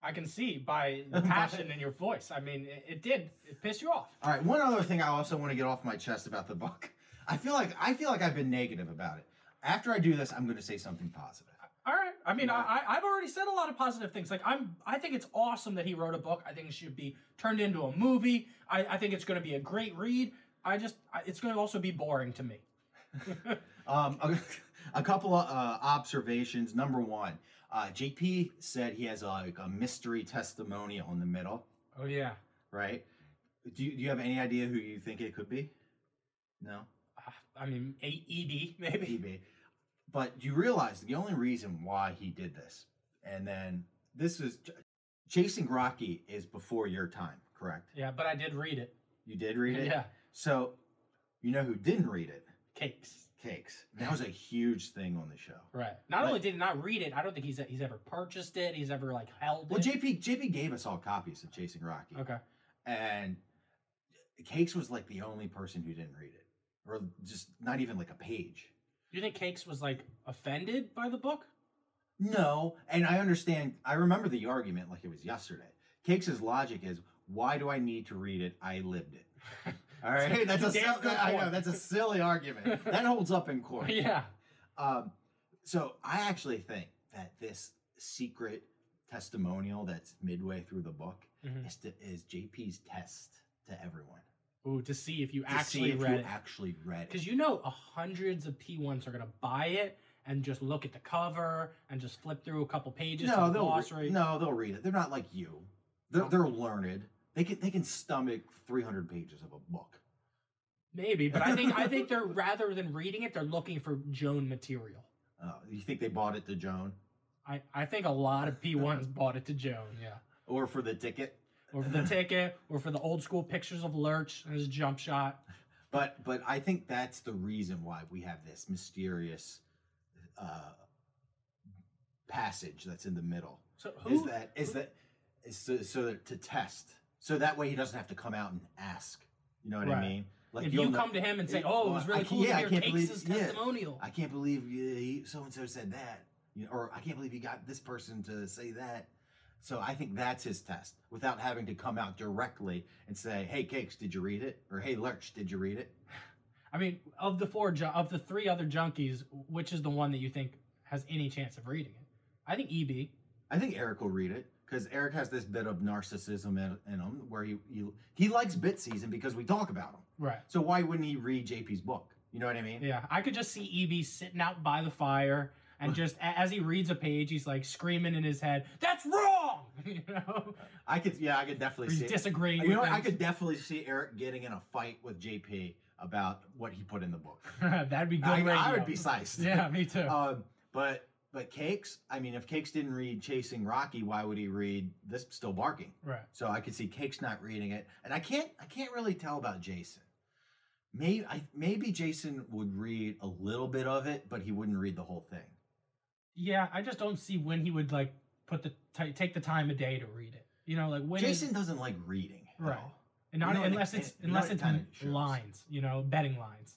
[SPEAKER 3] I can see by the passion in your voice. I mean, it, it did. It pissed you off.
[SPEAKER 2] All right, one other thing I also want to get off my chest about the book. I feel like I feel like I've been negative about it. After I do this, I'm going to say something positive.
[SPEAKER 3] All right. I mean, I I, I've already said a lot of positive things. Like I'm, I think it's awesome that he wrote a book. I think it should be turned into a movie. I, I think it's going to be a great read. I just, I, it's going to also be boring to me.
[SPEAKER 2] Um, a, a couple of uh, observations. Number one, uh, JP said he has like a mystery testimonial in the middle,
[SPEAKER 3] Oh yeah.
[SPEAKER 2] right? Do you, do you have any idea who you think it could be? No.
[SPEAKER 3] I mean, AED maybe.
[SPEAKER 2] maybe. But you realize the only reason why he did this, and then this is Chasing Rocky is before your time, correct?
[SPEAKER 3] Yeah, but I did read it.
[SPEAKER 2] You did read it?
[SPEAKER 3] Yeah,
[SPEAKER 2] So you know who didn't read it?
[SPEAKER 3] cakes.
[SPEAKER 2] Cakes. That was a huge thing on the show.
[SPEAKER 3] Right. Not
[SPEAKER 2] But-
[SPEAKER 3] only did he not read it, I don't think he's he's ever purchased it. He's ever like held
[SPEAKER 2] Well,
[SPEAKER 3] it.
[SPEAKER 2] JP JP gave us all copies of Chasing Rocky.
[SPEAKER 3] okay.
[SPEAKER 2] And Cakes was like the only person who didn't read it. Or just not even like a page.
[SPEAKER 3] Do you think Cakes was like offended by the book?
[SPEAKER 2] No, and I understand. I remember the argument like it was yesterday. Cakes' logic is, why do I need to read it? I lived it. All right, that's a
[SPEAKER 3] Damn
[SPEAKER 2] sil-
[SPEAKER 3] good
[SPEAKER 2] I know
[SPEAKER 3] point.
[SPEAKER 2] that's a silly argument. That holds up in court.
[SPEAKER 3] yeah.
[SPEAKER 2] Um, so I actually think that this secret testimonial that's midway through the book
[SPEAKER 3] Mhm.
[SPEAKER 2] is, to, is JP's test to everyone
[SPEAKER 3] Ooh, to see if you
[SPEAKER 2] to see
[SPEAKER 3] actually
[SPEAKER 2] if
[SPEAKER 3] read
[SPEAKER 2] you
[SPEAKER 3] it.
[SPEAKER 2] actually read it.
[SPEAKER 3] Because you know, hundreds of P1s are going to buy it and just look at the cover and just flip through a couple pages to
[SPEAKER 2] no,
[SPEAKER 3] the
[SPEAKER 2] they'll re-
[SPEAKER 3] glossary.
[SPEAKER 2] no, they'll read it. They're not like you. They're, they're learned. They can they can stomach 300 pages of a book.
[SPEAKER 3] Maybe, but I think I think they're rather than reading it, they're looking for Joan material.
[SPEAKER 2] Uh, you think they bought it to Joan
[SPEAKER 3] I, I think a lot of P1s bought it to Joan, yeah.
[SPEAKER 2] or for the ticket?
[SPEAKER 3] Or for the ticket, or for the old school pictures of Lurch and his jump shot.
[SPEAKER 2] But but I think that's the reason why we have this mysterious uh, passage that's in the middle.
[SPEAKER 3] So
[SPEAKER 2] Is
[SPEAKER 3] who
[SPEAKER 2] that is that is so, so that to test so that way he doesn't have to come out and ask. You know what I
[SPEAKER 3] Right.
[SPEAKER 2] mean? Like
[SPEAKER 3] if
[SPEAKER 2] you'll
[SPEAKER 3] you
[SPEAKER 2] know-
[SPEAKER 3] come to him and say,
[SPEAKER 2] it-
[SPEAKER 3] "Oh, it
[SPEAKER 2] well,
[SPEAKER 3] was
[SPEAKER 2] I
[SPEAKER 3] really
[SPEAKER 2] can't-
[SPEAKER 3] cool
[SPEAKER 2] yeah, I
[SPEAKER 3] to hear
[SPEAKER 2] can't
[SPEAKER 3] Cakes'
[SPEAKER 2] believe- yeah.
[SPEAKER 3] testimonial,"
[SPEAKER 2] I can't believe so and so said that, you know, or I can't believe you got this person to say that. So I think that's his test, without having to come out directly and say, "Hey, Cakes, did you read it?" or "Hey, Lurch, did you read it?"
[SPEAKER 3] I mean, of the four, ju- of the three other junkies, which is the one that you think has any chance of reading it? I think E EB.
[SPEAKER 2] I think Eric will read it because Eric has this bit of narcissism in, in him, where he, he he likes bit season because we talk about him.
[SPEAKER 3] Right.
[SPEAKER 2] So why wouldn't he read JP's book? You know what I mean?
[SPEAKER 3] Yeah, I could just see EB sitting out by the fire and just a- as he reads a page, he's like screaming in his head, "That's wrong!" you know,
[SPEAKER 2] I could, yeah, I could
[SPEAKER 3] Or
[SPEAKER 2] definitely
[SPEAKER 3] he's
[SPEAKER 2] see. it.
[SPEAKER 3] disagreeing.
[SPEAKER 2] You
[SPEAKER 3] with
[SPEAKER 2] know, what? I
[SPEAKER 3] things.
[SPEAKER 2] could definitely see Eric getting in a fight with JP about what he put in the book.
[SPEAKER 3] That'd be good.
[SPEAKER 2] I, I
[SPEAKER 3] radio.
[SPEAKER 2] would be sliced.
[SPEAKER 3] Yeah, me too.
[SPEAKER 2] Um, but but Cakes, I mean, if Cakes didn't read Chasing Rocky, why would he read this Still Barking?
[SPEAKER 3] right.
[SPEAKER 2] So I could see Cakes not reading it, and I can't I can't really tell about Jason. Maybe I, maybe Jason would read a little bit of it, but he wouldn't read the whole thing.
[SPEAKER 3] Yeah, I just don't see when he would like put the t- take the time of day to read it. You know, like when is-
[SPEAKER 2] Jason doesn't like reading. at
[SPEAKER 3] Right.
[SPEAKER 2] all.
[SPEAKER 3] and not
[SPEAKER 2] you know,
[SPEAKER 3] unless
[SPEAKER 2] and-
[SPEAKER 3] it's
[SPEAKER 2] and
[SPEAKER 3] unless
[SPEAKER 2] not
[SPEAKER 3] it's
[SPEAKER 2] kind of shows.
[SPEAKER 3] lines, you know, betting lines.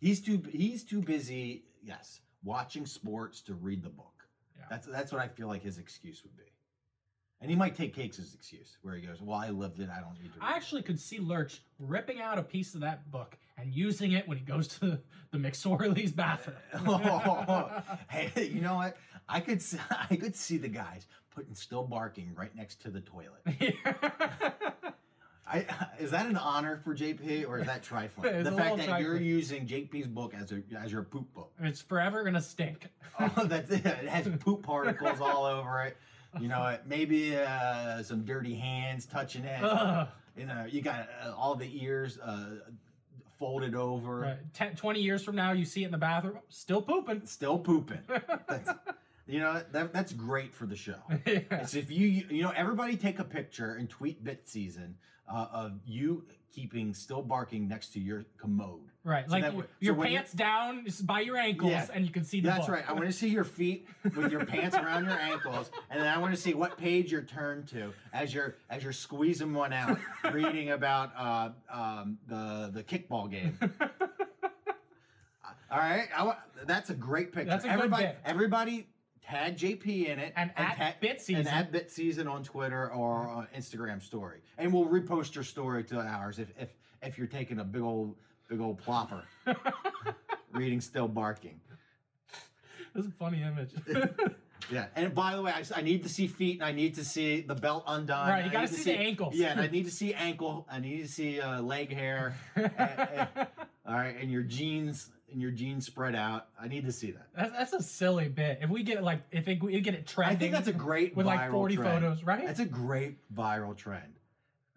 [SPEAKER 2] He's too he's too busy. Yes, watching sports to read the book.
[SPEAKER 3] Yeah.
[SPEAKER 2] That's that's what I feel like his excuse would be. And he might take Cakes' as excuse, where he goes, "Well, I lived it. I don't need to."
[SPEAKER 3] I
[SPEAKER 2] read it."
[SPEAKER 3] actually could see Lurch ripping out a piece of that book and using it when he goes to the McSorley's bathroom.
[SPEAKER 2] hey, you know what? I could see, I could see the guys putting still barking right next to the toilet. I, is that an honor for JP or is that trifling?
[SPEAKER 3] It's
[SPEAKER 2] the
[SPEAKER 3] a
[SPEAKER 2] fact
[SPEAKER 3] little
[SPEAKER 2] that you're
[SPEAKER 3] trifling.
[SPEAKER 2] using JP's book as a, as your poop book.
[SPEAKER 3] it's forever gonna stink.
[SPEAKER 2] Oh, that's it. It has poop particles all over it. You know, it- maybe uh, some dirty hands touching it.
[SPEAKER 3] Ugh.
[SPEAKER 2] You know, you got uh, all the ears uh, folded over.
[SPEAKER 3] Right. 10, 20 years from now, you see it in the bathroom, still pooping.
[SPEAKER 2] still pooping. That's, you know that, that's great for the show. It's if you you know everybody take a picture and tweet Bit Season uh, of you keeping still barking next to your commode.
[SPEAKER 3] Right,
[SPEAKER 2] So
[SPEAKER 3] like
[SPEAKER 2] that w-
[SPEAKER 3] your-
[SPEAKER 2] so
[SPEAKER 3] your
[SPEAKER 2] when you-
[SPEAKER 3] pants down is by your ankles,
[SPEAKER 2] Yeah.
[SPEAKER 3] and you can see the
[SPEAKER 2] That's
[SPEAKER 3] book.
[SPEAKER 2] right. I want to see your feet with your pants around your ankles, and then I want to see what page you're turned to as you're as you're squeezing one out, reading about uh, um, the the kickball game. All right, I wa- that's a great picture.
[SPEAKER 3] That's a good
[SPEAKER 2] everybody,
[SPEAKER 3] bit.
[SPEAKER 2] everybody, tag JP in it
[SPEAKER 3] And at
[SPEAKER 2] tag-
[SPEAKER 3] Bit Season.
[SPEAKER 2] and at Bit Season on Twitter or on Instagram story, and we'll repost your story to ours if if if you're taking a big old big old plopper, reading still barking.
[SPEAKER 3] That's a funny image.
[SPEAKER 2] Yeah, and by the way, I, s- I need to see feet, and I need to see the belt undone.
[SPEAKER 3] Right, you
[SPEAKER 2] and I
[SPEAKER 3] gotta
[SPEAKER 2] need to
[SPEAKER 3] see the ankles.
[SPEAKER 2] Yeah, and I need to see ankle. I need to see uh, leg hair. and- and- all right, and your jeans and your jeans spread out. I need to see that.
[SPEAKER 3] that's, that's a silly bit. If we get like, if it, we get it
[SPEAKER 2] I
[SPEAKER 3] trending,
[SPEAKER 2] think that's a great
[SPEAKER 3] with
[SPEAKER 2] viral
[SPEAKER 3] like forty
[SPEAKER 2] trend.
[SPEAKER 3] photos, right?
[SPEAKER 2] That's a great viral trend.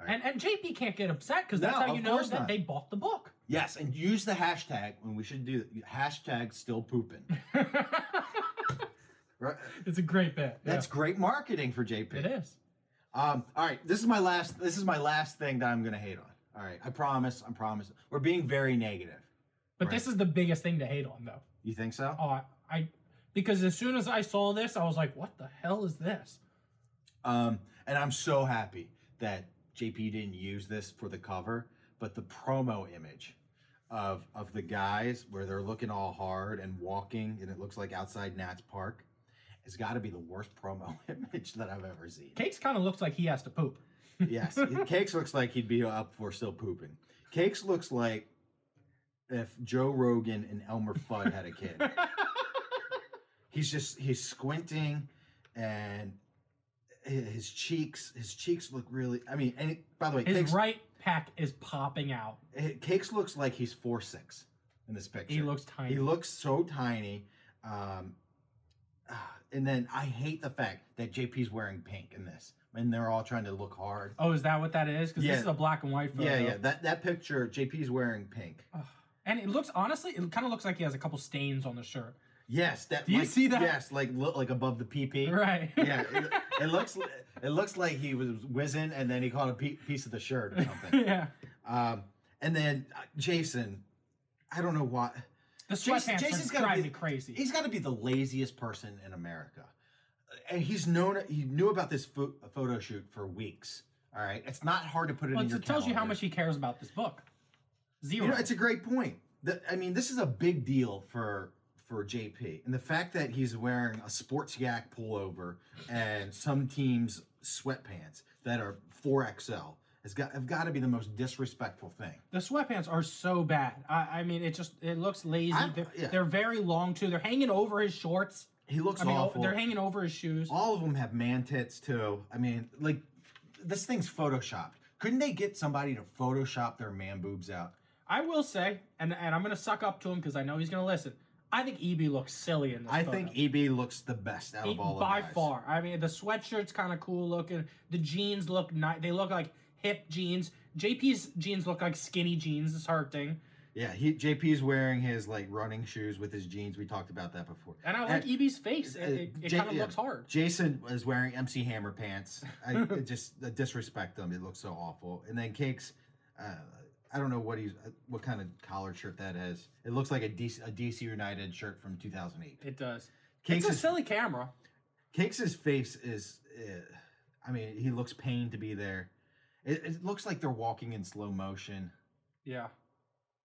[SPEAKER 3] and and JP can't get upset because
[SPEAKER 2] No,
[SPEAKER 3] that's how
[SPEAKER 2] of
[SPEAKER 3] you know
[SPEAKER 2] course
[SPEAKER 3] that
[SPEAKER 2] not.
[SPEAKER 3] they bought the book.
[SPEAKER 2] Yes, and use the hashtag when we should do hashtag still pooping. right?
[SPEAKER 3] It's a great bit. Yeah.
[SPEAKER 2] That's great marketing for JP.
[SPEAKER 3] it is.
[SPEAKER 2] Um, all right, this is my last. This is my last thing that I'm gonna hate on. All right, I promise. I promise. We're being very negative.
[SPEAKER 3] But this is the biggest thing to hate on, though.
[SPEAKER 2] You think so?
[SPEAKER 3] Oh, I, I because as soon as I saw this, I was like, what the hell is this?
[SPEAKER 2] Um, and I'm so happy that JP didn't use this for the cover, but the promo image of of the guys where they're looking all hard and walking, and it looks like outside Nats Park, has got to be the worst promo image that I've ever seen.
[SPEAKER 3] Cakes kind of looks like he has to poop.
[SPEAKER 2] yes, Cakes looks like he'd be up for still pooping. Cakes looks like if Joe Rogan and Elmer Fudd had a kid. he's just he's squinting, and hi- his cheeks his cheeks look really. I mean, and it- by the way,
[SPEAKER 3] His
[SPEAKER 2] Cakes,
[SPEAKER 3] right pack is popping out.
[SPEAKER 2] eh, Cakes looks like he's four six in this picture.
[SPEAKER 3] He looks tiny.
[SPEAKER 2] He looks so tiny. Um, ah, and then I hate the fact that JP's wearing pink in this, and they're all trying to look hard.
[SPEAKER 3] Oh, is that what that is? Because
[SPEAKER 2] Yeah.
[SPEAKER 3] this is a black and white photo.
[SPEAKER 2] Yeah, yeah. That that picture, JP's wearing pink.
[SPEAKER 3] Oh. And it looks honestly, it kind of looks like he has a couple stains on the shirt.
[SPEAKER 2] Yes, that.
[SPEAKER 3] Do you
[SPEAKER 2] like-
[SPEAKER 3] see that?
[SPEAKER 2] Yes, like look like above the PP.
[SPEAKER 3] Right.
[SPEAKER 2] Yeah, it, it looks li- it looks like he was whizzing and then he caught a pe- piece of the shirt or something.
[SPEAKER 3] yeah.
[SPEAKER 2] um, and then uh, Jason, I don't know why.
[SPEAKER 3] The
[SPEAKER 2] Jason,
[SPEAKER 3] sweatpants
[SPEAKER 2] Jason's
[SPEAKER 3] Jason's
[SPEAKER 2] got to be
[SPEAKER 3] me crazy.
[SPEAKER 2] He's got to be the laziest person in America, and he's known. He knew about this pho- photo shoot for weeks. All right, it's not hard to put it
[SPEAKER 3] well,
[SPEAKER 2] in
[SPEAKER 3] it
[SPEAKER 2] your.
[SPEAKER 3] tells you how
[SPEAKER 2] calendar.
[SPEAKER 3] much he cares about this book. Zero.
[SPEAKER 2] You know, it's a great point. The- I mean, this is a big deal for for JP, and the fact that he's wearing a sports yak pullover and some team's sweatpants that are four XL has got have got to be the most disrespectful thing.
[SPEAKER 3] the sweatpants are so bad. I, I mean, it just it looks lazy.
[SPEAKER 2] I'm-
[SPEAKER 3] They're,
[SPEAKER 2] yeah.
[SPEAKER 3] they're very long too. They're hanging over his shorts.
[SPEAKER 2] He looks
[SPEAKER 3] I mean, o-
[SPEAKER 2] awful.
[SPEAKER 3] they're hanging over his shoes.
[SPEAKER 2] All of them have man tits too. I mean, like this thing's photoshopped. Couldn't they get somebody to Photoshop their man boobs out?
[SPEAKER 3] I will say, and and I'm gonna suck up to him because I know he's gonna listen. I think EB looks silly in this.
[SPEAKER 2] I
[SPEAKER 3] photo.
[SPEAKER 2] think EB looks the best out of all of
[SPEAKER 3] E by
[SPEAKER 2] guys.
[SPEAKER 3] far. I mean, the sweatshirt's kind of cool looking. The jeans look nice. They look like hip jeans. JP's jeans look like skinny jeans. It's hurting.
[SPEAKER 2] Yeah, he JP's wearing his like running shoes with his jeans. We talked about that before.
[SPEAKER 3] And I like
[SPEAKER 2] And-
[SPEAKER 3] EB's face. It,
[SPEAKER 2] uh,
[SPEAKER 3] it, it
[SPEAKER 2] J-
[SPEAKER 3] kind of
[SPEAKER 2] yeah,
[SPEAKER 3] looks hard.
[SPEAKER 2] Jason is wearing MC Hammer pants. I it just I disrespect them. It looks so awful. And then Cakes, uh, I don't know what he's uh, what kind of collared shirt that is. It looks like a DC, a DC United shirt from 2008.
[SPEAKER 3] It does.
[SPEAKER 2] Cakes
[SPEAKER 3] it's a
[SPEAKER 2] is-
[SPEAKER 3] silly camera.
[SPEAKER 2] Cakes' face is, uh, I mean, he looks pained to be there. It, it looks like they're walking in slow motion.
[SPEAKER 3] Yeah.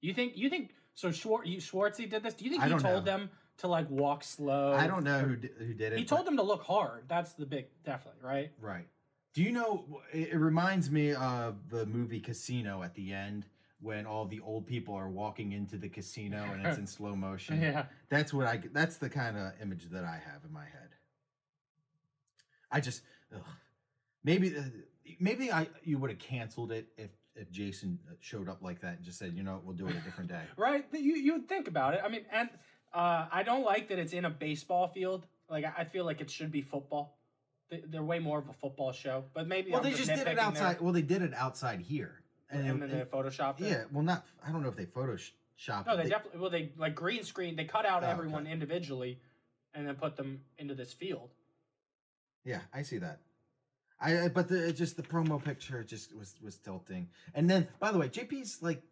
[SPEAKER 3] You think you think so? Schwar- you, Schwartzy did this. Do you think
[SPEAKER 2] I
[SPEAKER 3] he
[SPEAKER 2] don't
[SPEAKER 3] told
[SPEAKER 2] know.
[SPEAKER 3] them to like walk slow?
[SPEAKER 2] I don't know who did, who did it.
[SPEAKER 3] He told
[SPEAKER 2] but-
[SPEAKER 3] them to look hard. That's the big definitely right.
[SPEAKER 2] Right. Do you know? It, it reminds me of the movie Casino at the end when all the old people are walking into the casino and it's in slow motion.
[SPEAKER 3] Yeah.
[SPEAKER 2] That's what I. That's the kind of image that I have in my head. I just ugh. maybe uh, maybe I you would have canceled it if if Jason uh, showed up like that and just said you know what, we'll do it a different day.
[SPEAKER 3] Right. That You you would think about it. I mean, and uh, I don't like that it's in a baseball field. Like I, I feel like it should be football. They- They're way more of a football show. But maybe
[SPEAKER 2] well,
[SPEAKER 3] I'm
[SPEAKER 2] they just did
[SPEAKER 3] nitpicking
[SPEAKER 2] it
[SPEAKER 3] there.
[SPEAKER 2] outside. Well, they did it outside here.
[SPEAKER 3] and, then they photoshopped it.
[SPEAKER 2] yeah, well, not I don't know if they photoshopped. it.
[SPEAKER 3] No, Oh, they definitely well they like green screen. They cut out
[SPEAKER 2] Oh,
[SPEAKER 3] everyone
[SPEAKER 2] okay.
[SPEAKER 3] individually, and then put them into this field.
[SPEAKER 2] Yeah, I see that. I I- but the it just the promo picture just was was tilting. And then by the way, JP's like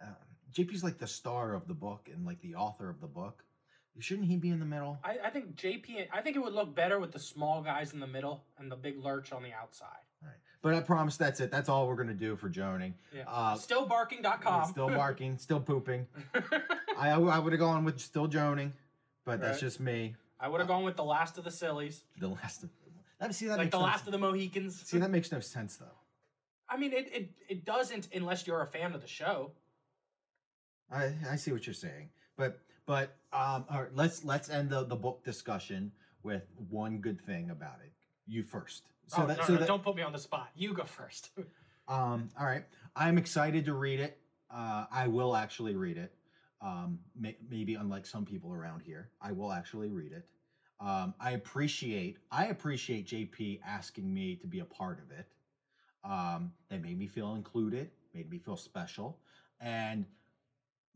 [SPEAKER 2] uh, JP's like the star of the book and like the author of the book. Shouldn't he be in the middle?
[SPEAKER 3] I, I think JP. I think it would look better with the small guys in the middle and the big lurch on the outside.
[SPEAKER 2] Alright. But I promise that's it. That's all we're gonna do for joning.
[SPEAKER 3] Yeah.
[SPEAKER 2] Uh,
[SPEAKER 3] Stillbarking.com.
[SPEAKER 2] Still barking, still pooping. I I would have gone with still joning, but that's
[SPEAKER 3] Right.
[SPEAKER 2] just me.
[SPEAKER 3] I would have gone with the last of the sillies,
[SPEAKER 2] The last of that, see that
[SPEAKER 3] like
[SPEAKER 2] makes
[SPEAKER 3] the
[SPEAKER 2] no
[SPEAKER 3] last
[SPEAKER 2] sen-
[SPEAKER 3] of the Mohicans.
[SPEAKER 2] see that makes no sense though.
[SPEAKER 3] I mean, it, it it doesn't unless you're a fan of the show.
[SPEAKER 2] I I see what you're saying, but but um, all right, let's let's end the the book discussion with one good thing about it. You first. So
[SPEAKER 3] oh,
[SPEAKER 2] that
[SPEAKER 3] no,
[SPEAKER 2] so
[SPEAKER 3] no,
[SPEAKER 2] that
[SPEAKER 3] don't put me on the spot. You go first.
[SPEAKER 2] um all right, I'm excited to read it. Uh, I will actually read it. Um, may, maybe unlike some people around here, I will actually read it. Um, I appreciate I appreciate JP asking me to be a part of it. Um, that made me feel included, made me feel special, and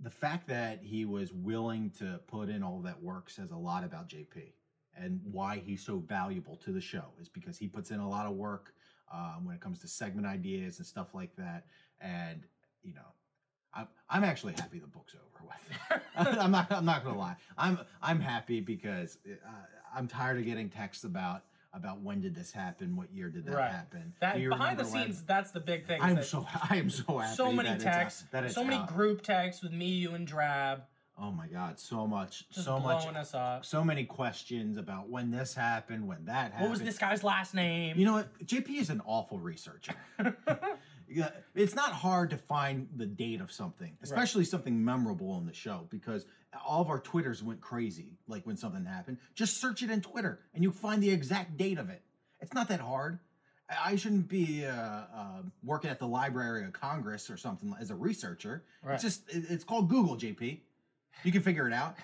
[SPEAKER 2] the fact that he was willing to put in all that work says a lot about JP and why he's so valuable to the show is because he puts in a lot of work um, when it comes to segment ideas and stuff like that. And you know, I'm I'm actually happy the book's over with. I'm not I'm not gonna lie. I'm I'm happy because uh, I'm tired of getting texts about about when did this happen, what year did that
[SPEAKER 3] Right.
[SPEAKER 2] happen.
[SPEAKER 3] That
[SPEAKER 2] Do you
[SPEAKER 3] behind the
[SPEAKER 2] remember when?
[SPEAKER 3] scenes, that's the big thing. is
[SPEAKER 2] I'm
[SPEAKER 3] that
[SPEAKER 2] so I am so happy.
[SPEAKER 3] so many
[SPEAKER 2] that it's out-
[SPEAKER 3] texts,
[SPEAKER 2] that it's
[SPEAKER 3] so many
[SPEAKER 2] out.
[SPEAKER 3] group texts with me, you, and Drab,
[SPEAKER 2] Oh my God, so much,
[SPEAKER 3] just
[SPEAKER 2] so much,
[SPEAKER 3] blowing us up.
[SPEAKER 2] so many questions about when this happened, when that happened.
[SPEAKER 3] What was this guy's last name?
[SPEAKER 2] You know what? JP is an awful researcher. Yeah, it's not hard to find the date of something, especially something memorable on the show, because all of our Twitters went crazy. Like when something happened, just search it in Twitter and you find the exact date of it. It's not that hard. I I shouldn't be uh, uh, working at the Library of Congress or something as a researcher.
[SPEAKER 3] Right.
[SPEAKER 2] It's just it, it's called Google, JP. You can figure it out.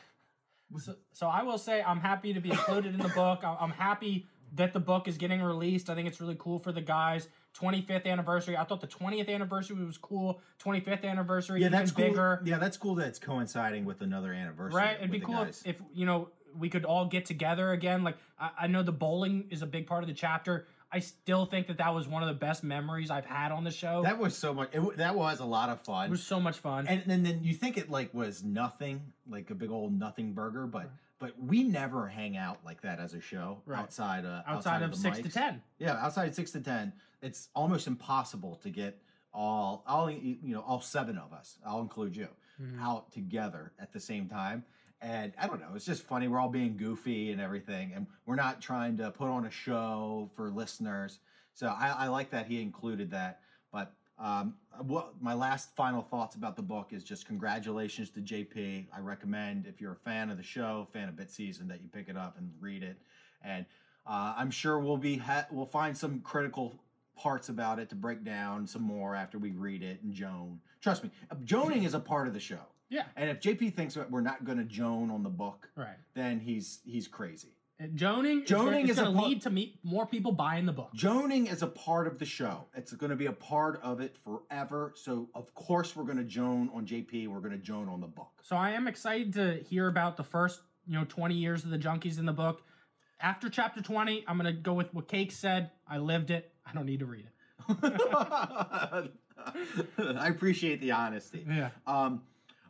[SPEAKER 3] So, so I will say I'm happy to be included in the book. I- I'm happy that the book is getting released. I think it's really cool for the guys. 25th anniversary. I thought the 20th anniversary was cool. 25th anniversary
[SPEAKER 2] Yeah,
[SPEAKER 3] even
[SPEAKER 2] that's cool.
[SPEAKER 3] bigger.
[SPEAKER 2] Yeah, that's cool that it's coinciding with another anniversary.
[SPEAKER 3] right? It'd
[SPEAKER 2] with
[SPEAKER 3] be
[SPEAKER 2] the
[SPEAKER 3] cool
[SPEAKER 2] guys.
[SPEAKER 3] if, if you know we could all get together again. Like I, I know the bowling is a big part of the chapter. I still think that that was one of the best memories I've had on the show.
[SPEAKER 2] That was so much. It, w- that was a lot of fun.
[SPEAKER 3] Oh. it was so much fun.
[SPEAKER 2] and, and then you think it like was nothing, like a big old nothing burger, but but we never hang out like that as a show
[SPEAKER 3] Right.
[SPEAKER 2] outside uh,
[SPEAKER 3] outside, of
[SPEAKER 2] the
[SPEAKER 3] six to
[SPEAKER 2] mics.
[SPEAKER 3] ten,
[SPEAKER 2] Yeah, outside six to ten, it's almost impossible to get all all you know all seven of us. I'll include you
[SPEAKER 3] Mm-hmm.
[SPEAKER 2] out together at the same time. And I don't know, it's just funny. We're all being goofy and everything, and we're not trying to put on a show for listeners. So I, I like that he included that. But um, what my last final thoughts about the book is just congratulations to JP. I recommend if you're a fan of the show, fan of Bit Season, that you pick it up and read it. And uh, I'm sure we'll be ha- we'll find some critical parts about it to break down some more after we read it and Joan. Trust me, joning is a part of the show.
[SPEAKER 3] Yeah.
[SPEAKER 2] And if JP thinks that we're not going to Joan on the book,
[SPEAKER 3] right?
[SPEAKER 2] then he's he's crazy.
[SPEAKER 3] And joning,
[SPEAKER 2] Joning
[SPEAKER 3] is,
[SPEAKER 2] is a
[SPEAKER 3] going to
[SPEAKER 2] part-
[SPEAKER 3] lead to me more people buying the book.
[SPEAKER 2] Joning is a part of the show. It's going to be a part of it forever. So of course we're going to Joan on JP. We're going to Joan on the book.
[SPEAKER 3] So I am excited to hear about the first, you know, 20 years of the junkies in the book. After chapter 20, I'm going to go with what Cake said. I lived it. I don't need to read it.
[SPEAKER 2] I appreciate the honesty.
[SPEAKER 3] Yeah.
[SPEAKER 2] Um,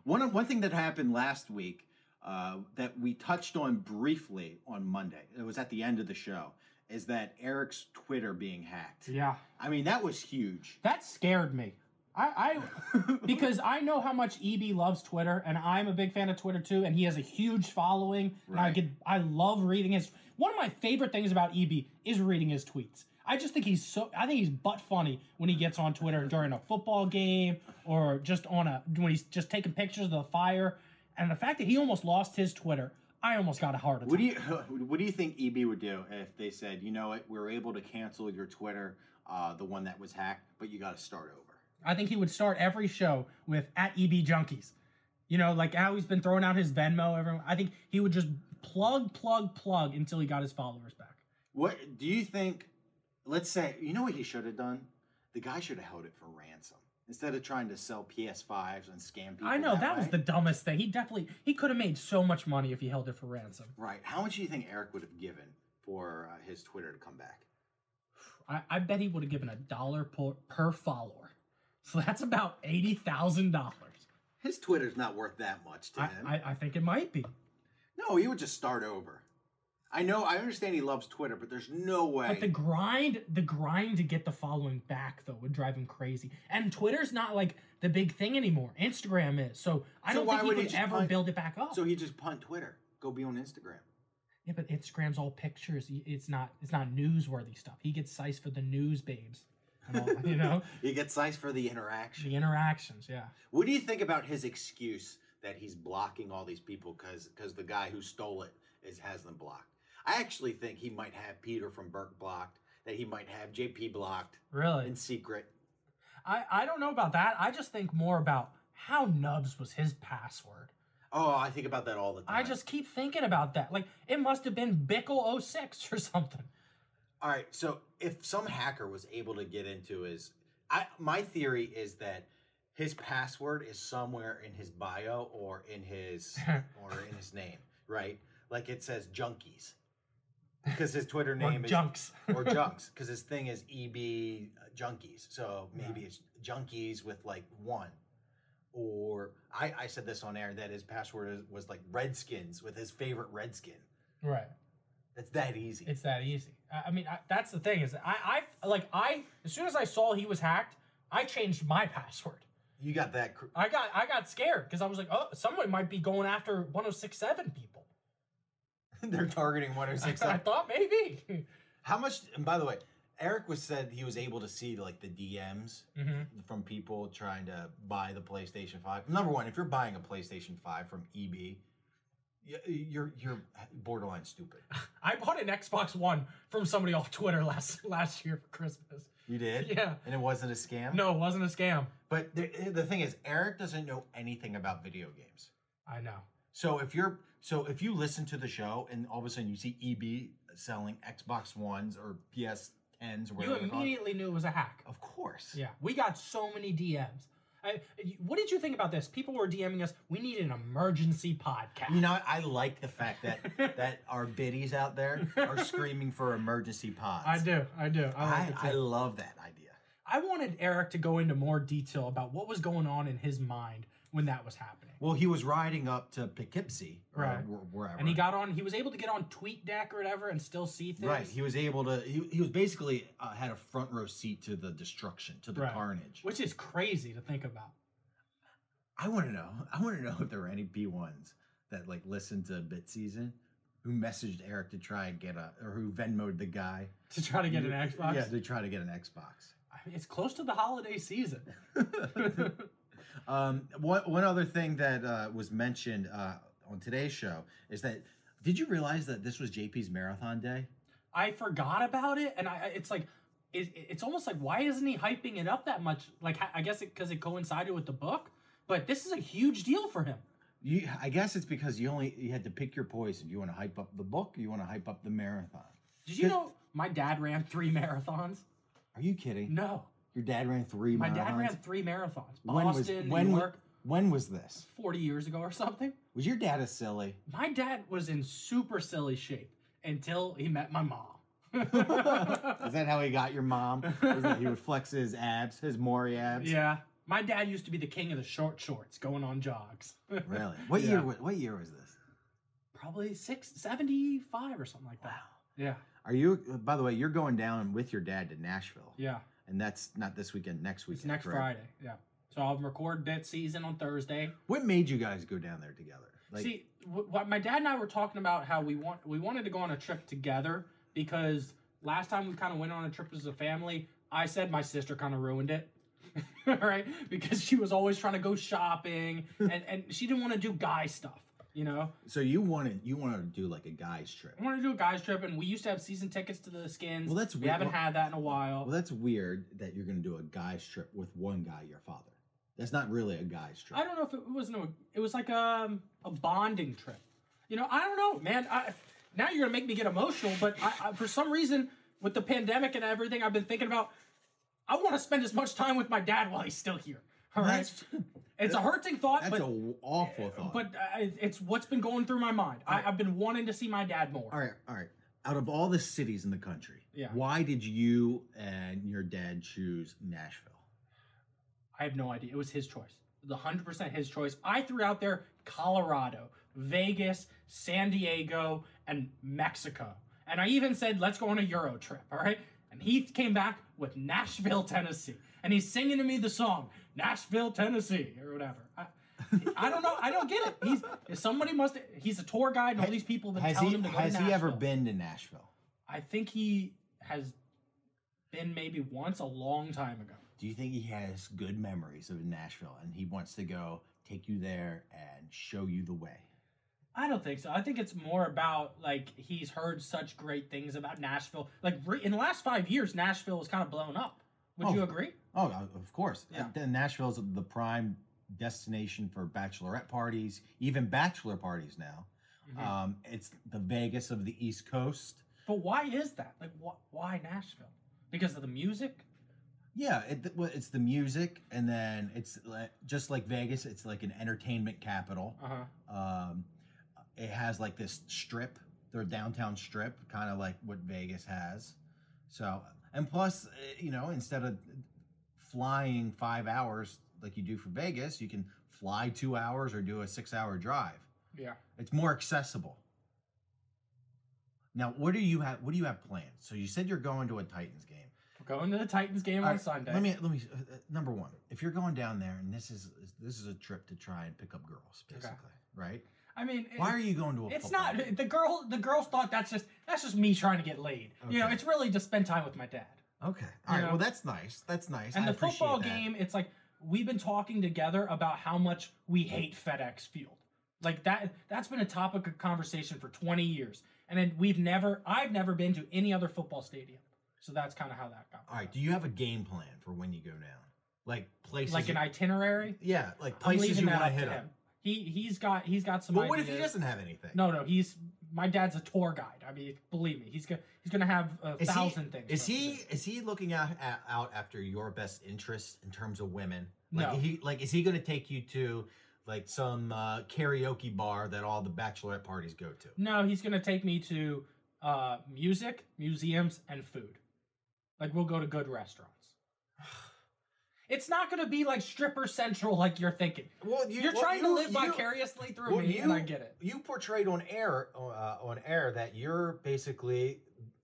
[SPEAKER 2] one one thing that happened last week uh, that we touched on briefly on Monday. It was at the end of the show. Is that Eric's Twitter being hacked?
[SPEAKER 3] Yeah.
[SPEAKER 2] I mean, that was huge.
[SPEAKER 3] That scared me. I, I because I know how much EB loves Twitter, and I'm a big fan of Twitter too, and he has a huge following. And I
[SPEAKER 2] Right.
[SPEAKER 3] get I love reading his one of my favorite things about EB is reading his tweets. I just think he's so I think he's butt funny when he gets on Twitter during a football game or just on a when he's just taking pictures of the fire. And the fact that he almost lost his Twitter, I almost got a heart attack.
[SPEAKER 2] What do you What do you think EB would do if they said, you know what, we were able to cancel your Twitter, uh, the one that was hacked, but you got to start over.
[SPEAKER 3] I think he would start every show with at EB Junkies. You know, like how he's been throwing out his Venmo. Everyone, I think he would just plug, plug, plug until he got his followers back.
[SPEAKER 2] What do you think? Let's say you know what he should have done. The guy should have held it for ransom instead of trying to sell PS5s and scam people.
[SPEAKER 3] I know that, was
[SPEAKER 2] way.
[SPEAKER 3] the dumbest thing. He definitely he could have made so much money if he held it for ransom.
[SPEAKER 2] right. How much do you think Eric would have given for uh, his Twitter to come back?
[SPEAKER 3] I, I bet he would have given a dollar per, per follower. So that's about eighty thousand dollars.
[SPEAKER 2] His Twitter's not worth that much to
[SPEAKER 3] I,
[SPEAKER 2] him.
[SPEAKER 3] I, I think it might be.
[SPEAKER 2] no, he would just start over. I know. I understand he loves Twitter, but there's no way.
[SPEAKER 3] But the grind, the grind to get the following back though would drive him crazy. And Twitter's not like the big thing anymore. Instagram is. So I
[SPEAKER 2] So
[SPEAKER 3] don't
[SPEAKER 2] why
[SPEAKER 3] think he
[SPEAKER 2] would he
[SPEAKER 3] would
[SPEAKER 2] just
[SPEAKER 3] ever
[SPEAKER 2] punt-
[SPEAKER 3] build it back up.
[SPEAKER 2] so he just punt Twitter. Go be on Instagram.
[SPEAKER 3] yeah, but Instagram's all pictures. Y- It's not it's not newsworthy stuff. He gets sized for the news babes. and all, you know?
[SPEAKER 2] You get size for the interaction.
[SPEAKER 3] The interactions, yeah.
[SPEAKER 2] What do you think about his excuse that he's blocking all these people because the guy who stole it is has them blocked? I actually think he might have Peter from Burke blocked, that he might have JP blocked
[SPEAKER 3] Really.
[SPEAKER 2] in secret.
[SPEAKER 3] I, I don't know about that. I just think more about how nubs was his password.
[SPEAKER 2] Oh, I think about that all the time.
[SPEAKER 3] I just keep thinking about that. Like it must have been Bickle 06 or something.
[SPEAKER 2] all right. So if some hacker was able to get into his, I my theory is that his password is somewhere in his bio or in his or in his name, right? Like it says junkies, because his Twitter
[SPEAKER 3] Or
[SPEAKER 2] name is
[SPEAKER 3] junks.
[SPEAKER 2] or junks because his thing is EB junkies. So maybe it's junkies with like one. Or I, I said this on air that his password is, was like Redskins with his favorite Redskin.
[SPEAKER 3] right.
[SPEAKER 2] That's that easy.
[SPEAKER 3] It's that easy. I, I mean, I, that's the thing is that I, I like I as soon as I saw he was hacked, I changed my password.
[SPEAKER 2] you got that. Cr-
[SPEAKER 3] I got I got scared because I was like, oh, someone might be going after 1067 people.
[SPEAKER 2] they're targeting
[SPEAKER 3] I
[SPEAKER 2] 106.
[SPEAKER 3] thought maybe.
[SPEAKER 2] How much? And by the way, Eric was said he was able to see like the DMs
[SPEAKER 3] Mhm.
[SPEAKER 2] from people trying to buy the PlayStation Five. Number one, if you're buying a PlayStation Five from EB, y- you're you're borderline stupid.
[SPEAKER 3] I bought an Xbox One from somebody off Twitter last last year for Christmas.
[SPEAKER 2] You did,
[SPEAKER 3] Yeah.
[SPEAKER 2] and it wasn't a scam.
[SPEAKER 3] No, it wasn't a scam.
[SPEAKER 2] But the, the thing is, Eric doesn't know anything about video games.
[SPEAKER 3] I know.
[SPEAKER 2] So if you're so if you listen to the show and all of a sudden you see EB selling Xbox Ones or PS10s or
[SPEAKER 3] You
[SPEAKER 2] whatever, they're called,
[SPEAKER 3] immediately knew it was a hack.
[SPEAKER 2] of course.
[SPEAKER 3] Yeah, we got so many DMs. I, what did you think about this? People were DMing us. We need an emergency podcast.
[SPEAKER 2] You know, I like the fact that that our biddies out there are screaming for emergency pods.
[SPEAKER 3] I do. I do. I like
[SPEAKER 2] I,
[SPEAKER 3] it too.
[SPEAKER 2] I love that idea.
[SPEAKER 3] I wanted Eric to go into more detail about what was going on in his mind when that was happening.
[SPEAKER 2] Well, he was riding up to Poughkeepsie, or
[SPEAKER 3] Right.
[SPEAKER 2] wh- wherever,
[SPEAKER 3] And he got on, he was able to get on TweetDeck or whatever and still see things.
[SPEAKER 2] right. He was able to. He, he was basically uh, had a front row seat to the destruction, to the
[SPEAKER 3] Right.
[SPEAKER 2] carnage.
[SPEAKER 3] Which is crazy to think about.
[SPEAKER 2] I want to know. I want to know if there were any B ones that like listened to Bit Season, who messaged Eric to try and get a, or who Venmoed the guy
[SPEAKER 3] To try to get an Xbox.
[SPEAKER 2] Yeah, to try to get an Xbox.
[SPEAKER 3] I mean, it's close to the holiday season.
[SPEAKER 2] um, one one other thing that uh, was mentioned uh, on today's show is that did you realize that this was JP's marathon day?
[SPEAKER 3] I forgot about it, and I I- it's like it, it's almost like why isn't he hyping it up that much? Like I- I guess because it, coincided with the book, but this is a huge deal for him.
[SPEAKER 2] You, I guess it's because you only you had to pick your poison. You want to hype up the book, or you want to hype up the marathon.
[SPEAKER 3] Did you know my dad ran three marathons?
[SPEAKER 2] Are you kidding?
[SPEAKER 3] No,
[SPEAKER 2] Your dad ran three.
[SPEAKER 3] my dad
[SPEAKER 2] marathons?
[SPEAKER 3] ran three marathons.
[SPEAKER 2] When was-
[SPEAKER 3] Boston,
[SPEAKER 2] when
[SPEAKER 3] New
[SPEAKER 2] wa-
[SPEAKER 3] York,
[SPEAKER 2] When was this?
[SPEAKER 3] forty years ago or something.
[SPEAKER 2] Was your dad a silly?
[SPEAKER 3] My dad was in super silly shape until he met my mom.
[SPEAKER 2] Is that how he got your mom? Is that he would flex his abs, his Maury abs?
[SPEAKER 3] yeah, my dad used to be the king of the short shorts, going on jogs.
[SPEAKER 2] Really? What
[SPEAKER 3] Yeah.
[SPEAKER 2] year? wa- What year was this?
[SPEAKER 3] probably six seventy five or something like that. Yeah,
[SPEAKER 2] Are you? By the way, you're going down with your dad to Nashville,
[SPEAKER 3] yeah.
[SPEAKER 2] and that's not this weekend. Next weekend.
[SPEAKER 3] It's next
[SPEAKER 2] correct?
[SPEAKER 3] Friday. Yeah. So I'll record that season on Thursday.
[SPEAKER 2] What made you guys go down there together?
[SPEAKER 3] See, wh- what my dad and I were talking about how we want we wanted to go on a trip together because last time we kind of went on a trip as a family. I said my sister kind of ruined it, right? Because she was always trying to go shopping and and she didn't want to do guy stuff, you know.
[SPEAKER 2] so you wanted you wanted to do like a guys trip.
[SPEAKER 3] I wanted to do a guys trip, and we used to have season tickets to the skins.
[SPEAKER 2] Well, that's
[SPEAKER 3] we
[SPEAKER 2] weird.
[SPEAKER 3] haven't
[SPEAKER 2] Well-
[SPEAKER 3] had that in a while.
[SPEAKER 2] Well, that's weird that you're going to do a guys trip with one guy, your father. That's not really a guys trip.
[SPEAKER 3] I don't know if it was no. It was like a a bonding trip. You know, I don't know, man. I, now you're gonna make me get emotional, but I, I, for some reason, with the pandemic and everything, I've been thinking about. I want to spend as much time with my dad while he's still here. All right,
[SPEAKER 2] That's,
[SPEAKER 3] it's a hurting thought,
[SPEAKER 2] that's
[SPEAKER 3] but
[SPEAKER 2] a w- awful thought.
[SPEAKER 3] but uh, it's what's been going through my mind. I, I've been wanting to see my dad more.
[SPEAKER 2] all right, all right. Out of all the cities in the country,
[SPEAKER 3] Yeah.
[SPEAKER 2] why did you and your dad choose Nashville?
[SPEAKER 3] I have no idea. It was his choice. The hundred percent his choice. I threw out there Colorado, Vegas, San Diego, and Mexico. And I even said, let's go on a Euro trip, all right? And he came back with Nashville, Tennessee. And he's singing to me the song, Nashville, Tennessee, or whatever. I, I don't know. I don't get it. He's if somebody must he's a tour guide and all these people have been
[SPEAKER 2] Has
[SPEAKER 3] telling
[SPEAKER 2] he
[SPEAKER 3] him to go
[SPEAKER 2] has
[SPEAKER 3] to
[SPEAKER 2] he ever
[SPEAKER 3] Nashville.
[SPEAKER 2] been to Nashville?
[SPEAKER 3] I think he has been maybe once a long time ago.
[SPEAKER 2] Do you think he has good memories of Nashville and he wants to go take you there and show you the way?
[SPEAKER 3] I don't think so. I think it's more about like he's heard such great things about Nashville. Like re- in the last five years, Nashville has kind of blown up. Would
[SPEAKER 2] Oh.
[SPEAKER 3] you agree?
[SPEAKER 2] Oh, uh, of course.
[SPEAKER 3] Yeah.
[SPEAKER 2] And Then Nashville's the prime destination for bachelorette parties, even bachelor parties now. Um, it's the Vegas of the East Coast.
[SPEAKER 3] But why is that? Like, wh- why Nashville? Because of the music?
[SPEAKER 2] Yeah, it, well, it's the music, and then it's like, just like Vegas. It's like an entertainment capital.
[SPEAKER 3] Uh huh.
[SPEAKER 2] Um, it has like this strip, their downtown strip, kind of like what Vegas has. So, and plus, eh, you know, instead of flying five hours like you do for Vegas, you can fly two hours or do a six hour drive.
[SPEAKER 3] Yeah.
[SPEAKER 2] It's more accessible. Now, what do you have? What do you have planned? So you said you're going to a Titans game.
[SPEAKER 3] We're going to the Titans game
[SPEAKER 2] All
[SPEAKER 3] on
[SPEAKER 2] right,
[SPEAKER 3] Sunday.
[SPEAKER 2] Let me let me. Uh, uh, number one, if you're going down there, and this is this is a trip to try and pick up girls,
[SPEAKER 3] Okay.
[SPEAKER 2] basically, right?
[SPEAKER 3] I mean,
[SPEAKER 2] Why
[SPEAKER 3] it-
[SPEAKER 2] are you going to a?
[SPEAKER 3] It's
[SPEAKER 2] football
[SPEAKER 3] not
[SPEAKER 2] game?
[SPEAKER 3] the girl. The girls thought that's just that's just me trying to get laid. You know,
[SPEAKER 2] Okay.
[SPEAKER 3] it's really to spend time with my dad.
[SPEAKER 2] Okay. All right.
[SPEAKER 3] know?
[SPEAKER 2] Well, that's nice. That's nice.
[SPEAKER 3] And
[SPEAKER 2] I
[SPEAKER 3] the
[SPEAKER 2] appreciate
[SPEAKER 3] football
[SPEAKER 2] that.
[SPEAKER 3] game, it's like we've been talking together about how much we hate FedEx Field. Like that that's been a topic of conversation for 20 years. And then we've never I've never been to any other football stadium. So that's kind of how that got.
[SPEAKER 2] All right. Do you have a game plan for when you go down? Like places.
[SPEAKER 3] Like an
[SPEAKER 2] you-
[SPEAKER 3] itinerary?
[SPEAKER 2] Yeah. Like
[SPEAKER 3] I'm
[SPEAKER 2] places
[SPEAKER 3] leaving
[SPEAKER 2] you
[SPEAKER 3] that
[SPEAKER 2] want to
[SPEAKER 3] up
[SPEAKER 2] hit
[SPEAKER 3] to
[SPEAKER 2] up.
[SPEAKER 3] him. He he's got he's got some
[SPEAKER 2] But what if he
[SPEAKER 3] ideas.
[SPEAKER 2] doesn't have anything?
[SPEAKER 3] No, no, he's my dad's a tour guide. I mean, believe me, he's gonna he's gonna have a
[SPEAKER 2] Is
[SPEAKER 3] thousand
[SPEAKER 2] he,
[SPEAKER 3] things.
[SPEAKER 2] Is
[SPEAKER 3] for us to
[SPEAKER 2] he
[SPEAKER 3] do.
[SPEAKER 2] is he looking out a- out after your best interests in terms of women? Like
[SPEAKER 3] No.
[SPEAKER 2] he like is he going to take you to like some uh, karaoke bar that all the bachelorette parties go to?
[SPEAKER 3] No, he's gonna take me to uh, music, museums, and food. Like we'll go to good restaurants. It's not gonna be like stripper central like you're thinking.
[SPEAKER 2] Well, you,
[SPEAKER 3] You're
[SPEAKER 2] well,
[SPEAKER 3] trying
[SPEAKER 2] you-
[SPEAKER 3] to live
[SPEAKER 2] you-
[SPEAKER 3] vicariously through
[SPEAKER 2] well,
[SPEAKER 3] me, and I get it.
[SPEAKER 2] You portrayed on air uh, on air that you're basically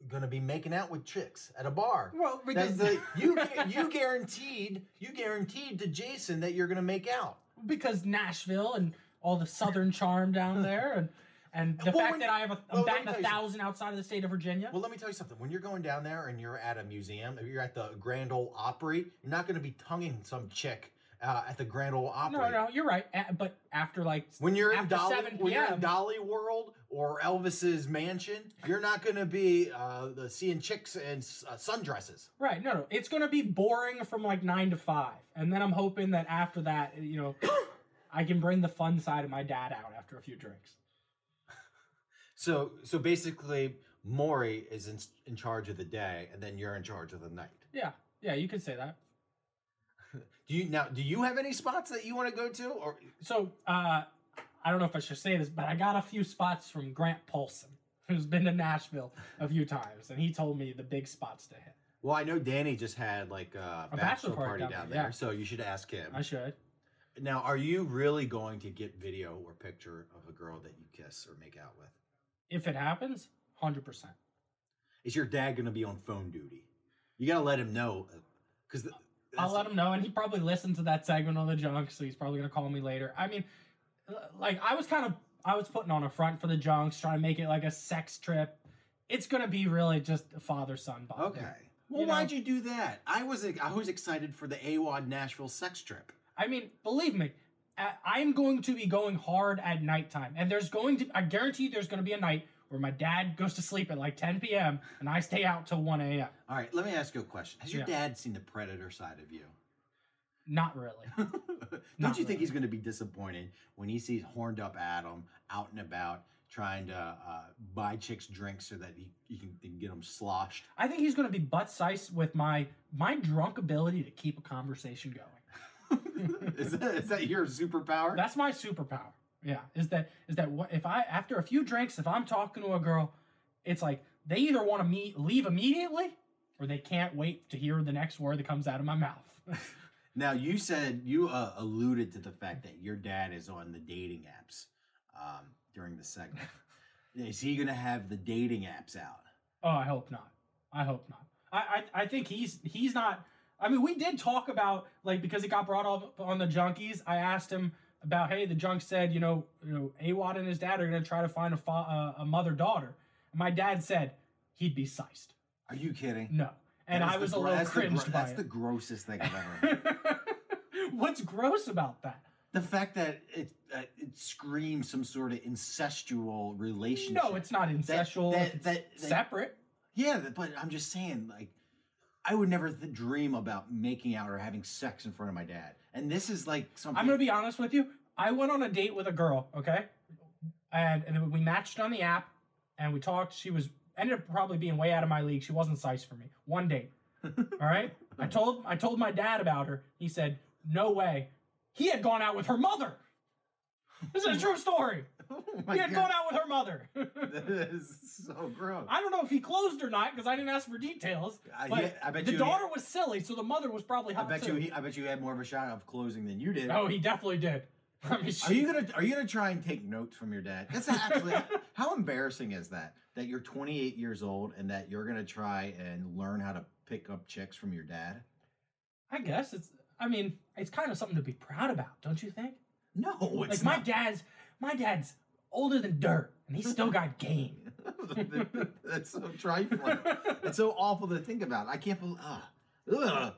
[SPEAKER 2] going to be making out with chicks at a bar.
[SPEAKER 3] Well,
[SPEAKER 2] That's
[SPEAKER 3] because
[SPEAKER 2] the, you gu- you guaranteed you guaranteed to Jason that you're going to make out.
[SPEAKER 3] because Nashville and all the southern charm down there, and and the
[SPEAKER 2] Well,
[SPEAKER 3] fact
[SPEAKER 2] when-
[SPEAKER 3] that I have a,
[SPEAKER 2] well,
[SPEAKER 3] I'm
[SPEAKER 2] let me
[SPEAKER 3] batting
[SPEAKER 2] tell
[SPEAKER 3] a
[SPEAKER 2] you something.
[SPEAKER 3] thousand outside of the state of Virginia.
[SPEAKER 2] Well, let me tell you something. When you're going down there and you're at a museum, if you're at the Grand Ole Opry, you're not going to be tonguing some chick uh, at the Grand Ole Opry.
[SPEAKER 3] no, no, you're right. A- But after like
[SPEAKER 2] When you're in
[SPEAKER 3] after
[SPEAKER 2] Dolly,
[SPEAKER 3] 7
[SPEAKER 2] when you're in
[SPEAKER 3] p.m.
[SPEAKER 2] Dolly World or Elvis's mansion, you're not going to be uh, the, seeing chicks in s- uh, sundresses.
[SPEAKER 3] Right. No, no. It's going to be boring from like nine to five. And then I'm hoping that after that, you know, I can bring the fun side of my dad out after a few drinks.
[SPEAKER 2] So, so basically, Maury is in, in charge of the day, and then you're in charge of the night.
[SPEAKER 3] Yeah. Yeah. You could say that.
[SPEAKER 2] Do you now? Do you have any spots that you want to go to, or
[SPEAKER 3] So, uh, I don't know if I should say this, but I got a few spots from Grant Paulson, who's been to Nashville a few times. And he told me the big spots to hit.
[SPEAKER 2] Well, I know Danny just had like a, bachelor, party, down there,
[SPEAKER 3] yeah.
[SPEAKER 2] so you should ask him.
[SPEAKER 3] I should.
[SPEAKER 2] Now, are you really going to get video or picture of a girl that you kiss or make out with?
[SPEAKER 3] If it happens, hundred percent.
[SPEAKER 2] Is your dad going to be on phone duty? You got to let him know, uh, because
[SPEAKER 3] I'll let him know, and he probably listened to that segment on the junk, so he's probably gonna call me later. I mean, l- like I was kind of I was putting on a front for the junks, trying to make it like a sex trip. It's gonna be really just father son bond.
[SPEAKER 2] Okay. Well,
[SPEAKER 3] You know-
[SPEAKER 2] why'd you do that? I was I was excited for the AWOD Nashville sex trip.
[SPEAKER 3] I mean, believe me, I- I'm going to be going hard at nighttime, and there's going to I guarantee there's gonna be a night where my dad goes to sleep at like 10 p.m. and I stay out till 1 a.m.
[SPEAKER 2] All right, let me ask you a question. Has your
[SPEAKER 3] Yeah.
[SPEAKER 2] dad seen the predator side of you?
[SPEAKER 3] Not really.
[SPEAKER 2] Don't
[SPEAKER 3] Not
[SPEAKER 2] you think
[SPEAKER 3] really.
[SPEAKER 2] he's going to be disappointed when he sees horned up Adam out and about trying to uh, buy chicks drinks so that he, he can, he can get them sloshed?
[SPEAKER 3] I think he's gonna be butt sized with my my drunk ability to keep a conversation going.
[SPEAKER 2] is, that, is that your superpower?
[SPEAKER 3] That's my superpower. Yeah, is that is that what if I after a few drinks if I'm talking to a girl, it's like they either want to meet leave immediately or they can't wait to hear the next word that comes out of my mouth.
[SPEAKER 2] now you said you uh, alluded to the fact that your dad is on the dating apps um, during the segment. is he going to have the dating apps out?
[SPEAKER 3] oh, I hope not. I hope not. I, I I think he's he's not. I mean, we did talk about like because it got brought up on the junkies. I asked him about hey, the junk said you know you know Awad and his dad are gonna try to find a fa- uh, a mother daughter. My dad said he'd be sized.
[SPEAKER 2] Are you kidding?
[SPEAKER 3] No. And
[SPEAKER 2] That
[SPEAKER 3] I
[SPEAKER 2] is the gro-
[SPEAKER 3] was a little
[SPEAKER 2] that's the gro-
[SPEAKER 3] cringed by
[SPEAKER 2] That's
[SPEAKER 3] it.
[SPEAKER 2] the grossest thing I've ever heard.
[SPEAKER 3] What's gross about that?
[SPEAKER 2] The fact that it uh, it screams some sort of incestual relationship.
[SPEAKER 3] No, it's not incestual.
[SPEAKER 2] that-
[SPEAKER 3] if it's
[SPEAKER 2] that- that-
[SPEAKER 3] separate.
[SPEAKER 2] yeah, th- but I'm just saying, like, I would never th- dream about making out or having sex in front of my dad. And this is like something.
[SPEAKER 3] I'm gonna be honest with you. I went on a date with a girl, okay, and, and we matched on the app, and we talked. She was ended up probably being way out of my league. She wasn't sized for me. One date, all right. I told I told my dad about her. He said, "No way." He had gone out with her mother. This is a true story.
[SPEAKER 2] Oh my
[SPEAKER 3] He had
[SPEAKER 2] God.
[SPEAKER 3] gone out with her mother.
[SPEAKER 2] That is so gross.
[SPEAKER 3] I don't know if he closed or not because I didn't ask for details.
[SPEAKER 2] I-
[SPEAKER 3] but
[SPEAKER 2] yeah, I bet
[SPEAKER 3] the
[SPEAKER 2] you he-
[SPEAKER 3] daughter was silly, so the mother was probably
[SPEAKER 2] I
[SPEAKER 3] hot
[SPEAKER 2] bet
[SPEAKER 3] too.
[SPEAKER 2] you. He, I bet you had more of a shot of closing than you did.
[SPEAKER 3] oh, he definitely did. I mean,
[SPEAKER 2] Are
[SPEAKER 3] she-
[SPEAKER 2] you gonna Are you gonna try and take notes from your dad? That's actually how embarrassing is that? That you're 28 years old and that you're gonna try and learn how to pick up chicks from your dad?
[SPEAKER 3] I guess it's. I mean, it's kind of something to be proud about, don't you think?
[SPEAKER 2] No, it's
[SPEAKER 3] like my
[SPEAKER 2] not.
[SPEAKER 3] dad's, my dad's older than dirt, and he's still got game.
[SPEAKER 2] That's so trifling. It's so awful to think about. I can't believe. Ugh. Ugh.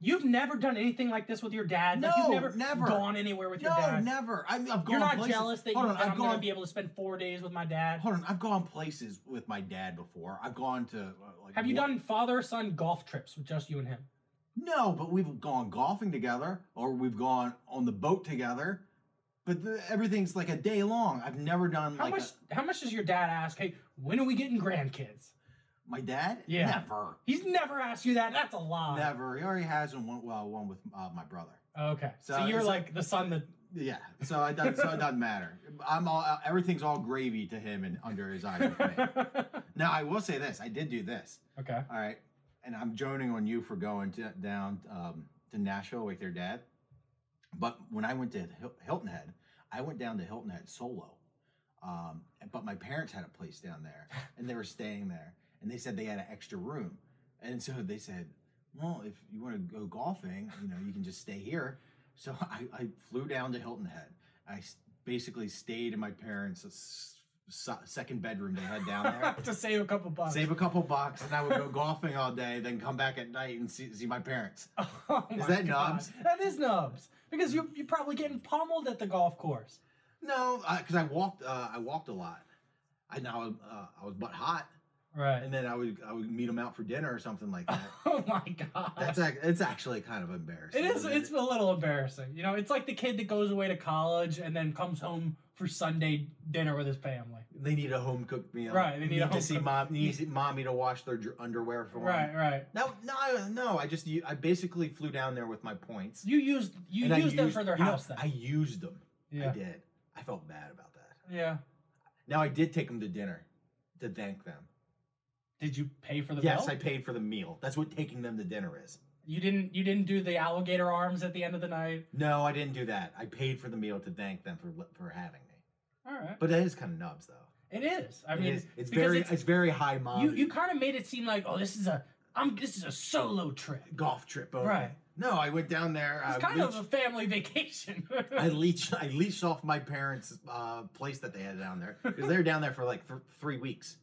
[SPEAKER 3] You've never done anything like this with your dad. like you've
[SPEAKER 2] No,
[SPEAKER 3] never,
[SPEAKER 2] never.
[SPEAKER 3] gone anywhere with your
[SPEAKER 2] no,
[SPEAKER 3] dad.
[SPEAKER 2] never. I mean, I've gone.
[SPEAKER 3] You're not
[SPEAKER 2] places.
[SPEAKER 3] jealous that, you,
[SPEAKER 2] Hold on,
[SPEAKER 3] that
[SPEAKER 2] I've
[SPEAKER 3] I'm
[SPEAKER 2] gone.
[SPEAKER 3] gonna be able to spend four days with my dad.
[SPEAKER 2] Hold on, I've gone places with my dad before. I've gone to. uh, Like,
[SPEAKER 3] Have you
[SPEAKER 2] wa-
[SPEAKER 3] done father-son golf trips with just you and him?
[SPEAKER 2] No, but we've gone golfing together, or we've gone on the boat together. But the, everything's like a day long. I've never done
[SPEAKER 3] How
[SPEAKER 2] like
[SPEAKER 3] much?
[SPEAKER 2] a-
[SPEAKER 3] how much does your dad ask? Hey, when are we getting grandkids?
[SPEAKER 2] my dad.
[SPEAKER 3] Yeah.
[SPEAKER 2] never,
[SPEAKER 3] He's never asked you that. That's a lie.
[SPEAKER 2] never. He already has one. Well, one with uh, my brother.
[SPEAKER 3] Okay. So,
[SPEAKER 2] So
[SPEAKER 3] you're
[SPEAKER 2] it's
[SPEAKER 3] like the son that.
[SPEAKER 2] Yeah, so it doesn't. so it doesn't matter. I'm all. Everything's all gravy to him and under his eye. With me. now I will say this. I did do this.
[SPEAKER 3] okay.
[SPEAKER 2] All right, and I'm joning on you for going to, down um, to Nashville with your dad. But when I went to Hil- Hilton Head, I went down to Hilton Head solo. Um, but my parents had a place down there, and they were staying there, and they said they had an extra room, and so they said, "Well, if you want to go golfing, you know, you can just stay here." So I, I flew down to Hilton Head. I s- basically stayed in my parents' s- s- second bedroom they had down there.
[SPEAKER 3] to save a couple bucks.
[SPEAKER 2] Save a couple bucks, and I would go golfing all day, then come back at night and see, see my parents.
[SPEAKER 3] Oh my
[SPEAKER 2] that
[SPEAKER 3] God.
[SPEAKER 2] knobs?
[SPEAKER 3] That is knobs because you you're probably getting pummeled at the golf course.
[SPEAKER 2] No, because I walked. Uh, I walked a lot. I now uh, I was butt hot,
[SPEAKER 3] Right.
[SPEAKER 2] and then I would I would meet them out for dinner or something like that.
[SPEAKER 3] oh my God.
[SPEAKER 2] That's ac- it's actually kind of embarrassing.
[SPEAKER 3] it is.
[SPEAKER 2] isn't
[SPEAKER 3] It's a little embarrassing. You know, it's like the kid that goes away to college and then comes home for Sunday dinner with his family.
[SPEAKER 2] They need a home cooked meal.
[SPEAKER 3] Right, they need a
[SPEAKER 2] to
[SPEAKER 3] home
[SPEAKER 2] see
[SPEAKER 3] cooked-
[SPEAKER 2] mom. Need to see mommy to wash their dr- underwear for 'em.
[SPEAKER 3] Right. Right.
[SPEAKER 2] No, no, I- no. I just you, I basically flew down there with my points.
[SPEAKER 3] You used you
[SPEAKER 2] And I
[SPEAKER 3] used, them for their
[SPEAKER 2] you know,
[SPEAKER 3] house then.
[SPEAKER 2] I used them. I
[SPEAKER 3] yeah.
[SPEAKER 2] did. I felt bad about that.
[SPEAKER 3] Yeah.
[SPEAKER 2] Now I did take them to dinner to thank them.
[SPEAKER 3] Did you pay for the
[SPEAKER 2] yes,
[SPEAKER 3] bill?
[SPEAKER 2] I paid for the meal. That's what taking them to dinner is.
[SPEAKER 3] You didn't you didn't do the alligator arms at the end of the night.
[SPEAKER 2] No, I didn't do that. I paid for the meal to thank them for li- for having me.
[SPEAKER 3] All right.
[SPEAKER 2] But that is kind of nubs, though.
[SPEAKER 3] It is. I
[SPEAKER 2] It
[SPEAKER 3] mean,
[SPEAKER 2] is- it's
[SPEAKER 3] because
[SPEAKER 2] very it's,
[SPEAKER 3] it's-
[SPEAKER 2] very high mind.
[SPEAKER 3] you you kind of made it seem like oh this is a I'm this is a solo trip.
[SPEAKER 2] golf trip, okay.
[SPEAKER 3] Right.
[SPEAKER 2] No, I went down there.
[SPEAKER 3] It's
[SPEAKER 2] I
[SPEAKER 3] kind of
[SPEAKER 2] leech-
[SPEAKER 3] a family vacation.
[SPEAKER 2] I leech I leached off my parents' uh, place that they had down there because they were down there for like th- three weeks,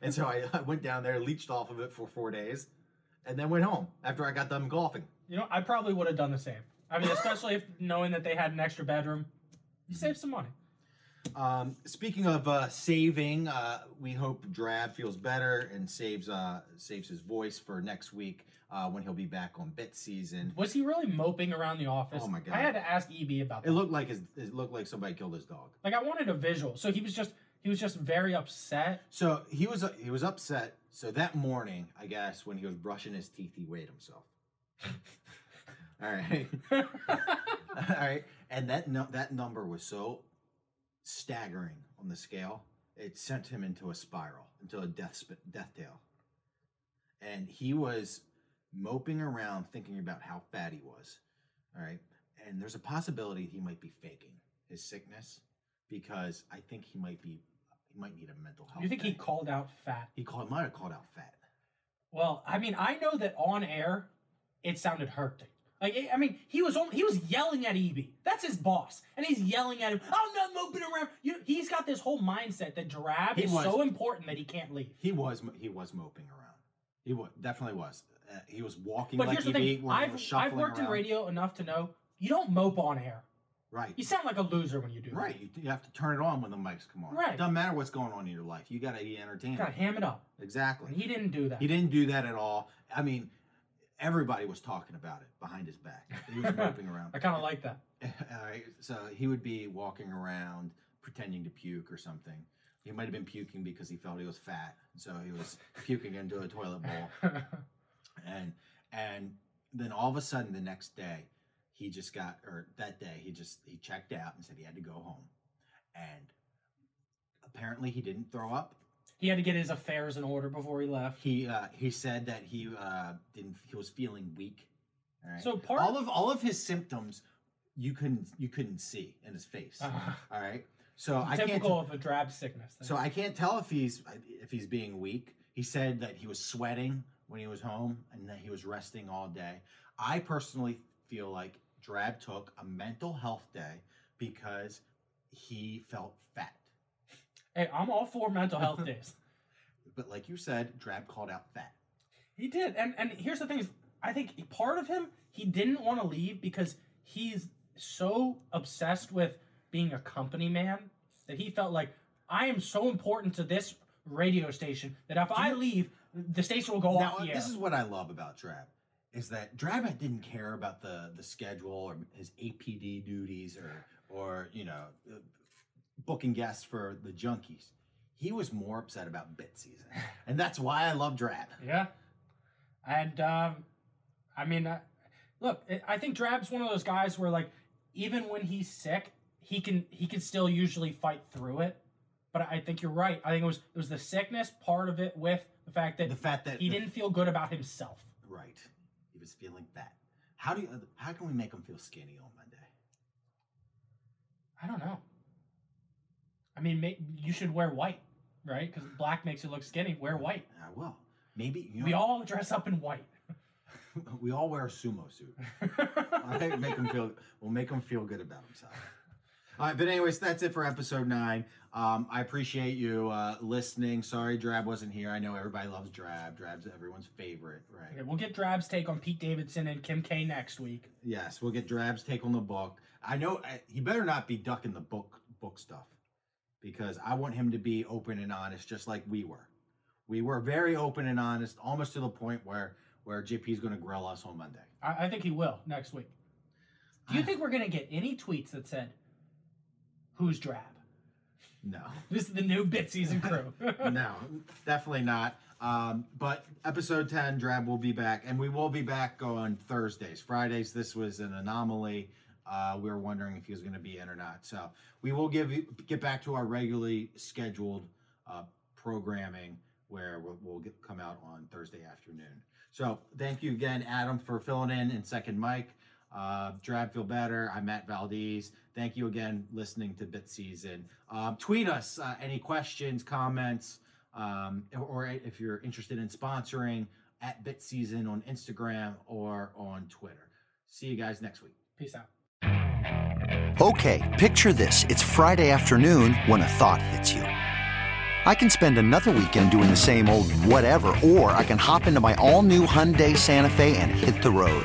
[SPEAKER 2] and so I, I went down there, leached off of it for four days, and then went home after I got done golfing.
[SPEAKER 3] you know, I probably would have done the same. I mean, especially if knowing that they had an extra bedroom, you save some money.
[SPEAKER 2] Um, speaking of uh, saving, uh, we hope Drab feels better and saves uh, saves his voice for next week uh, when he'll be back on bit season.
[SPEAKER 3] Was he really moping around the office?
[SPEAKER 2] Oh my God.
[SPEAKER 3] I had to ask EB about
[SPEAKER 2] It
[SPEAKER 3] that.
[SPEAKER 2] looked like his, it looked like somebody killed his dog.
[SPEAKER 3] like I wanted a visual. So he was just he was just very upset.
[SPEAKER 2] So he was he was upset. So that morning, I guess when he was brushing his teeth, he weighed himself. All right, all right, and that nu- that number was so staggering on the scale, it sent him into a spiral, into a death sp- death tail, and he was moping around thinking about how fat he was. All right, and there's a possibility he might be faking his sickness because I think he might be he might need a mental health.
[SPEAKER 3] you think he
[SPEAKER 2] thing.
[SPEAKER 3] called out fat?
[SPEAKER 2] He called might have called out fat.
[SPEAKER 3] Well, I mean, I know that on air, it sounded hurting. Like, I- I mean, he was only, he was yelling at EB. That's his boss, and he's yelling at him. I'm not moping around. You, he's got this whole mindset that Giraffe
[SPEAKER 2] He
[SPEAKER 3] is
[SPEAKER 2] was.
[SPEAKER 3] so important that he can't leave.
[SPEAKER 2] He was mo- he was moping around. He was definitely was. Uh, he was walking
[SPEAKER 3] But
[SPEAKER 2] like
[SPEAKER 3] here's the
[SPEAKER 2] he
[SPEAKER 3] thing:
[SPEAKER 2] when he was
[SPEAKER 3] I've I've
[SPEAKER 2] shuffling
[SPEAKER 3] worked in
[SPEAKER 2] around.
[SPEAKER 3] radio enough to know you don't mope on air.
[SPEAKER 2] Right.
[SPEAKER 3] You sound like a loser when you do. that.
[SPEAKER 2] Right. You, you have to turn it on when the mics come on.
[SPEAKER 3] Right.
[SPEAKER 2] Doesn't matter what's going on in your life. You got to be
[SPEAKER 3] You
[SPEAKER 2] entertained.
[SPEAKER 3] gotta ham it up.
[SPEAKER 2] Exactly.
[SPEAKER 3] And he didn't do that.
[SPEAKER 2] He didn't do that at all. I mean, everybody was talking about it behind his back. He was moping around.
[SPEAKER 3] I kind of like that.
[SPEAKER 2] All right. So he would be walking around pretending to puke or something. He might have been puking because he felt he was fat, so he was puking into a toilet bowl. and and then all of a sudden the next day, he just got or that day he just he checked out and said he had to go home. And apparently he didn't throw up.
[SPEAKER 3] He had to get his affairs in order before he left.
[SPEAKER 2] He uh, he said that he uh, didn't he was feeling weak. All right.
[SPEAKER 3] So part-
[SPEAKER 2] all of all of his symptoms you couldn't you couldn't see in his face. All right. So I can't.
[SPEAKER 3] Typical of Uh-huh. a drab sickness. Thing.
[SPEAKER 2] So I can't tell if he's if he's being weak. He said that he was sweating when he was home and that he was resting all day. I personally feel like Drab took a mental health day because he felt fat.
[SPEAKER 3] hey, I'm all for mental health days.
[SPEAKER 2] But like you said, Drab called out fat.
[SPEAKER 3] He did, and and here's the thing: is I think part of him he didn't want to leave because he's so obsessed with being a company man that he felt like I am so important to this radio station that if I leave, the station will go
[SPEAKER 2] Now,
[SPEAKER 3] off the air.
[SPEAKER 2] this is what I love about Drab is that Drab didn't care about the the schedule or his APD duties or or you know uh, booking guests for the junkies. He was more upset about bit season, and that's why I love Drab.
[SPEAKER 3] yeah, and um, I mean, uh, look, I- I think Drab's one of those guys where like even when he's sick, he can he can still usually fight through it. But I think you're right. I think it was it was the sickness part of it with the fact that
[SPEAKER 2] The fact that
[SPEAKER 3] he
[SPEAKER 2] the-
[SPEAKER 3] didn't feel good about himself.
[SPEAKER 2] right, he was feeling fat. How do you, how can we make him feel skinny on Monday?
[SPEAKER 3] I don't know. I mean, ma- you should wear white, right? Because black makes you look skinny. Wear white.
[SPEAKER 2] I will. Uh, Maybe you know,
[SPEAKER 3] We all dress up in white.
[SPEAKER 2] we all wear a sumo suit. All right, make him feel. We'll make him feel good about himself. All right, but anyways, that's it for episode nine. Um, I appreciate you uh, listening. Sorry, Drab wasn't here. I know everybody loves Drab. Drab's everyone's favorite,
[SPEAKER 3] Okay,
[SPEAKER 2] right?
[SPEAKER 3] we'll get Drab's take on Pete Davidson and Kim K next week.
[SPEAKER 2] Yes, we'll get Drab's take on the book. I know I, he better not be ducking the book book stuff because I want him to be open and honest, just like we were. We were very open and honest, almost to the point where where JP's going to grill us on Monday.
[SPEAKER 3] I, I think he will next week. Do you think we're gonna get any tweets that said, "Who's Drab?
[SPEAKER 2] No.
[SPEAKER 3] This is the new Bit Season crew."
[SPEAKER 2] no, definitely not. Um, but episode 10, Drab will be back, and we will be back on Thursdays. Fridays, this was an anomaly. Uh, we were wondering if he was going to be in or not. So we will give you, get back to our regularly scheduled uh, programming where we'll, we'll get, come out on Thursday afternoon. So thank you again, Adam, for filling in, and second Mike. Uh, Drab feel better. I'm Matt Valdez. Thank you again, listening to Bit Season. Um, tweet us uh, any questions, comments, um, or, or if you're interested in sponsoring at Bit Season on Instagram or on Twitter. See you guys next week.
[SPEAKER 5] Peace out.
[SPEAKER 6] Okay, picture this. It's Friday afternoon when a thought hits you. I can spend another weekend doing the same old whatever, or I can hop into my all new Hyundai Santa Fe and hit the road.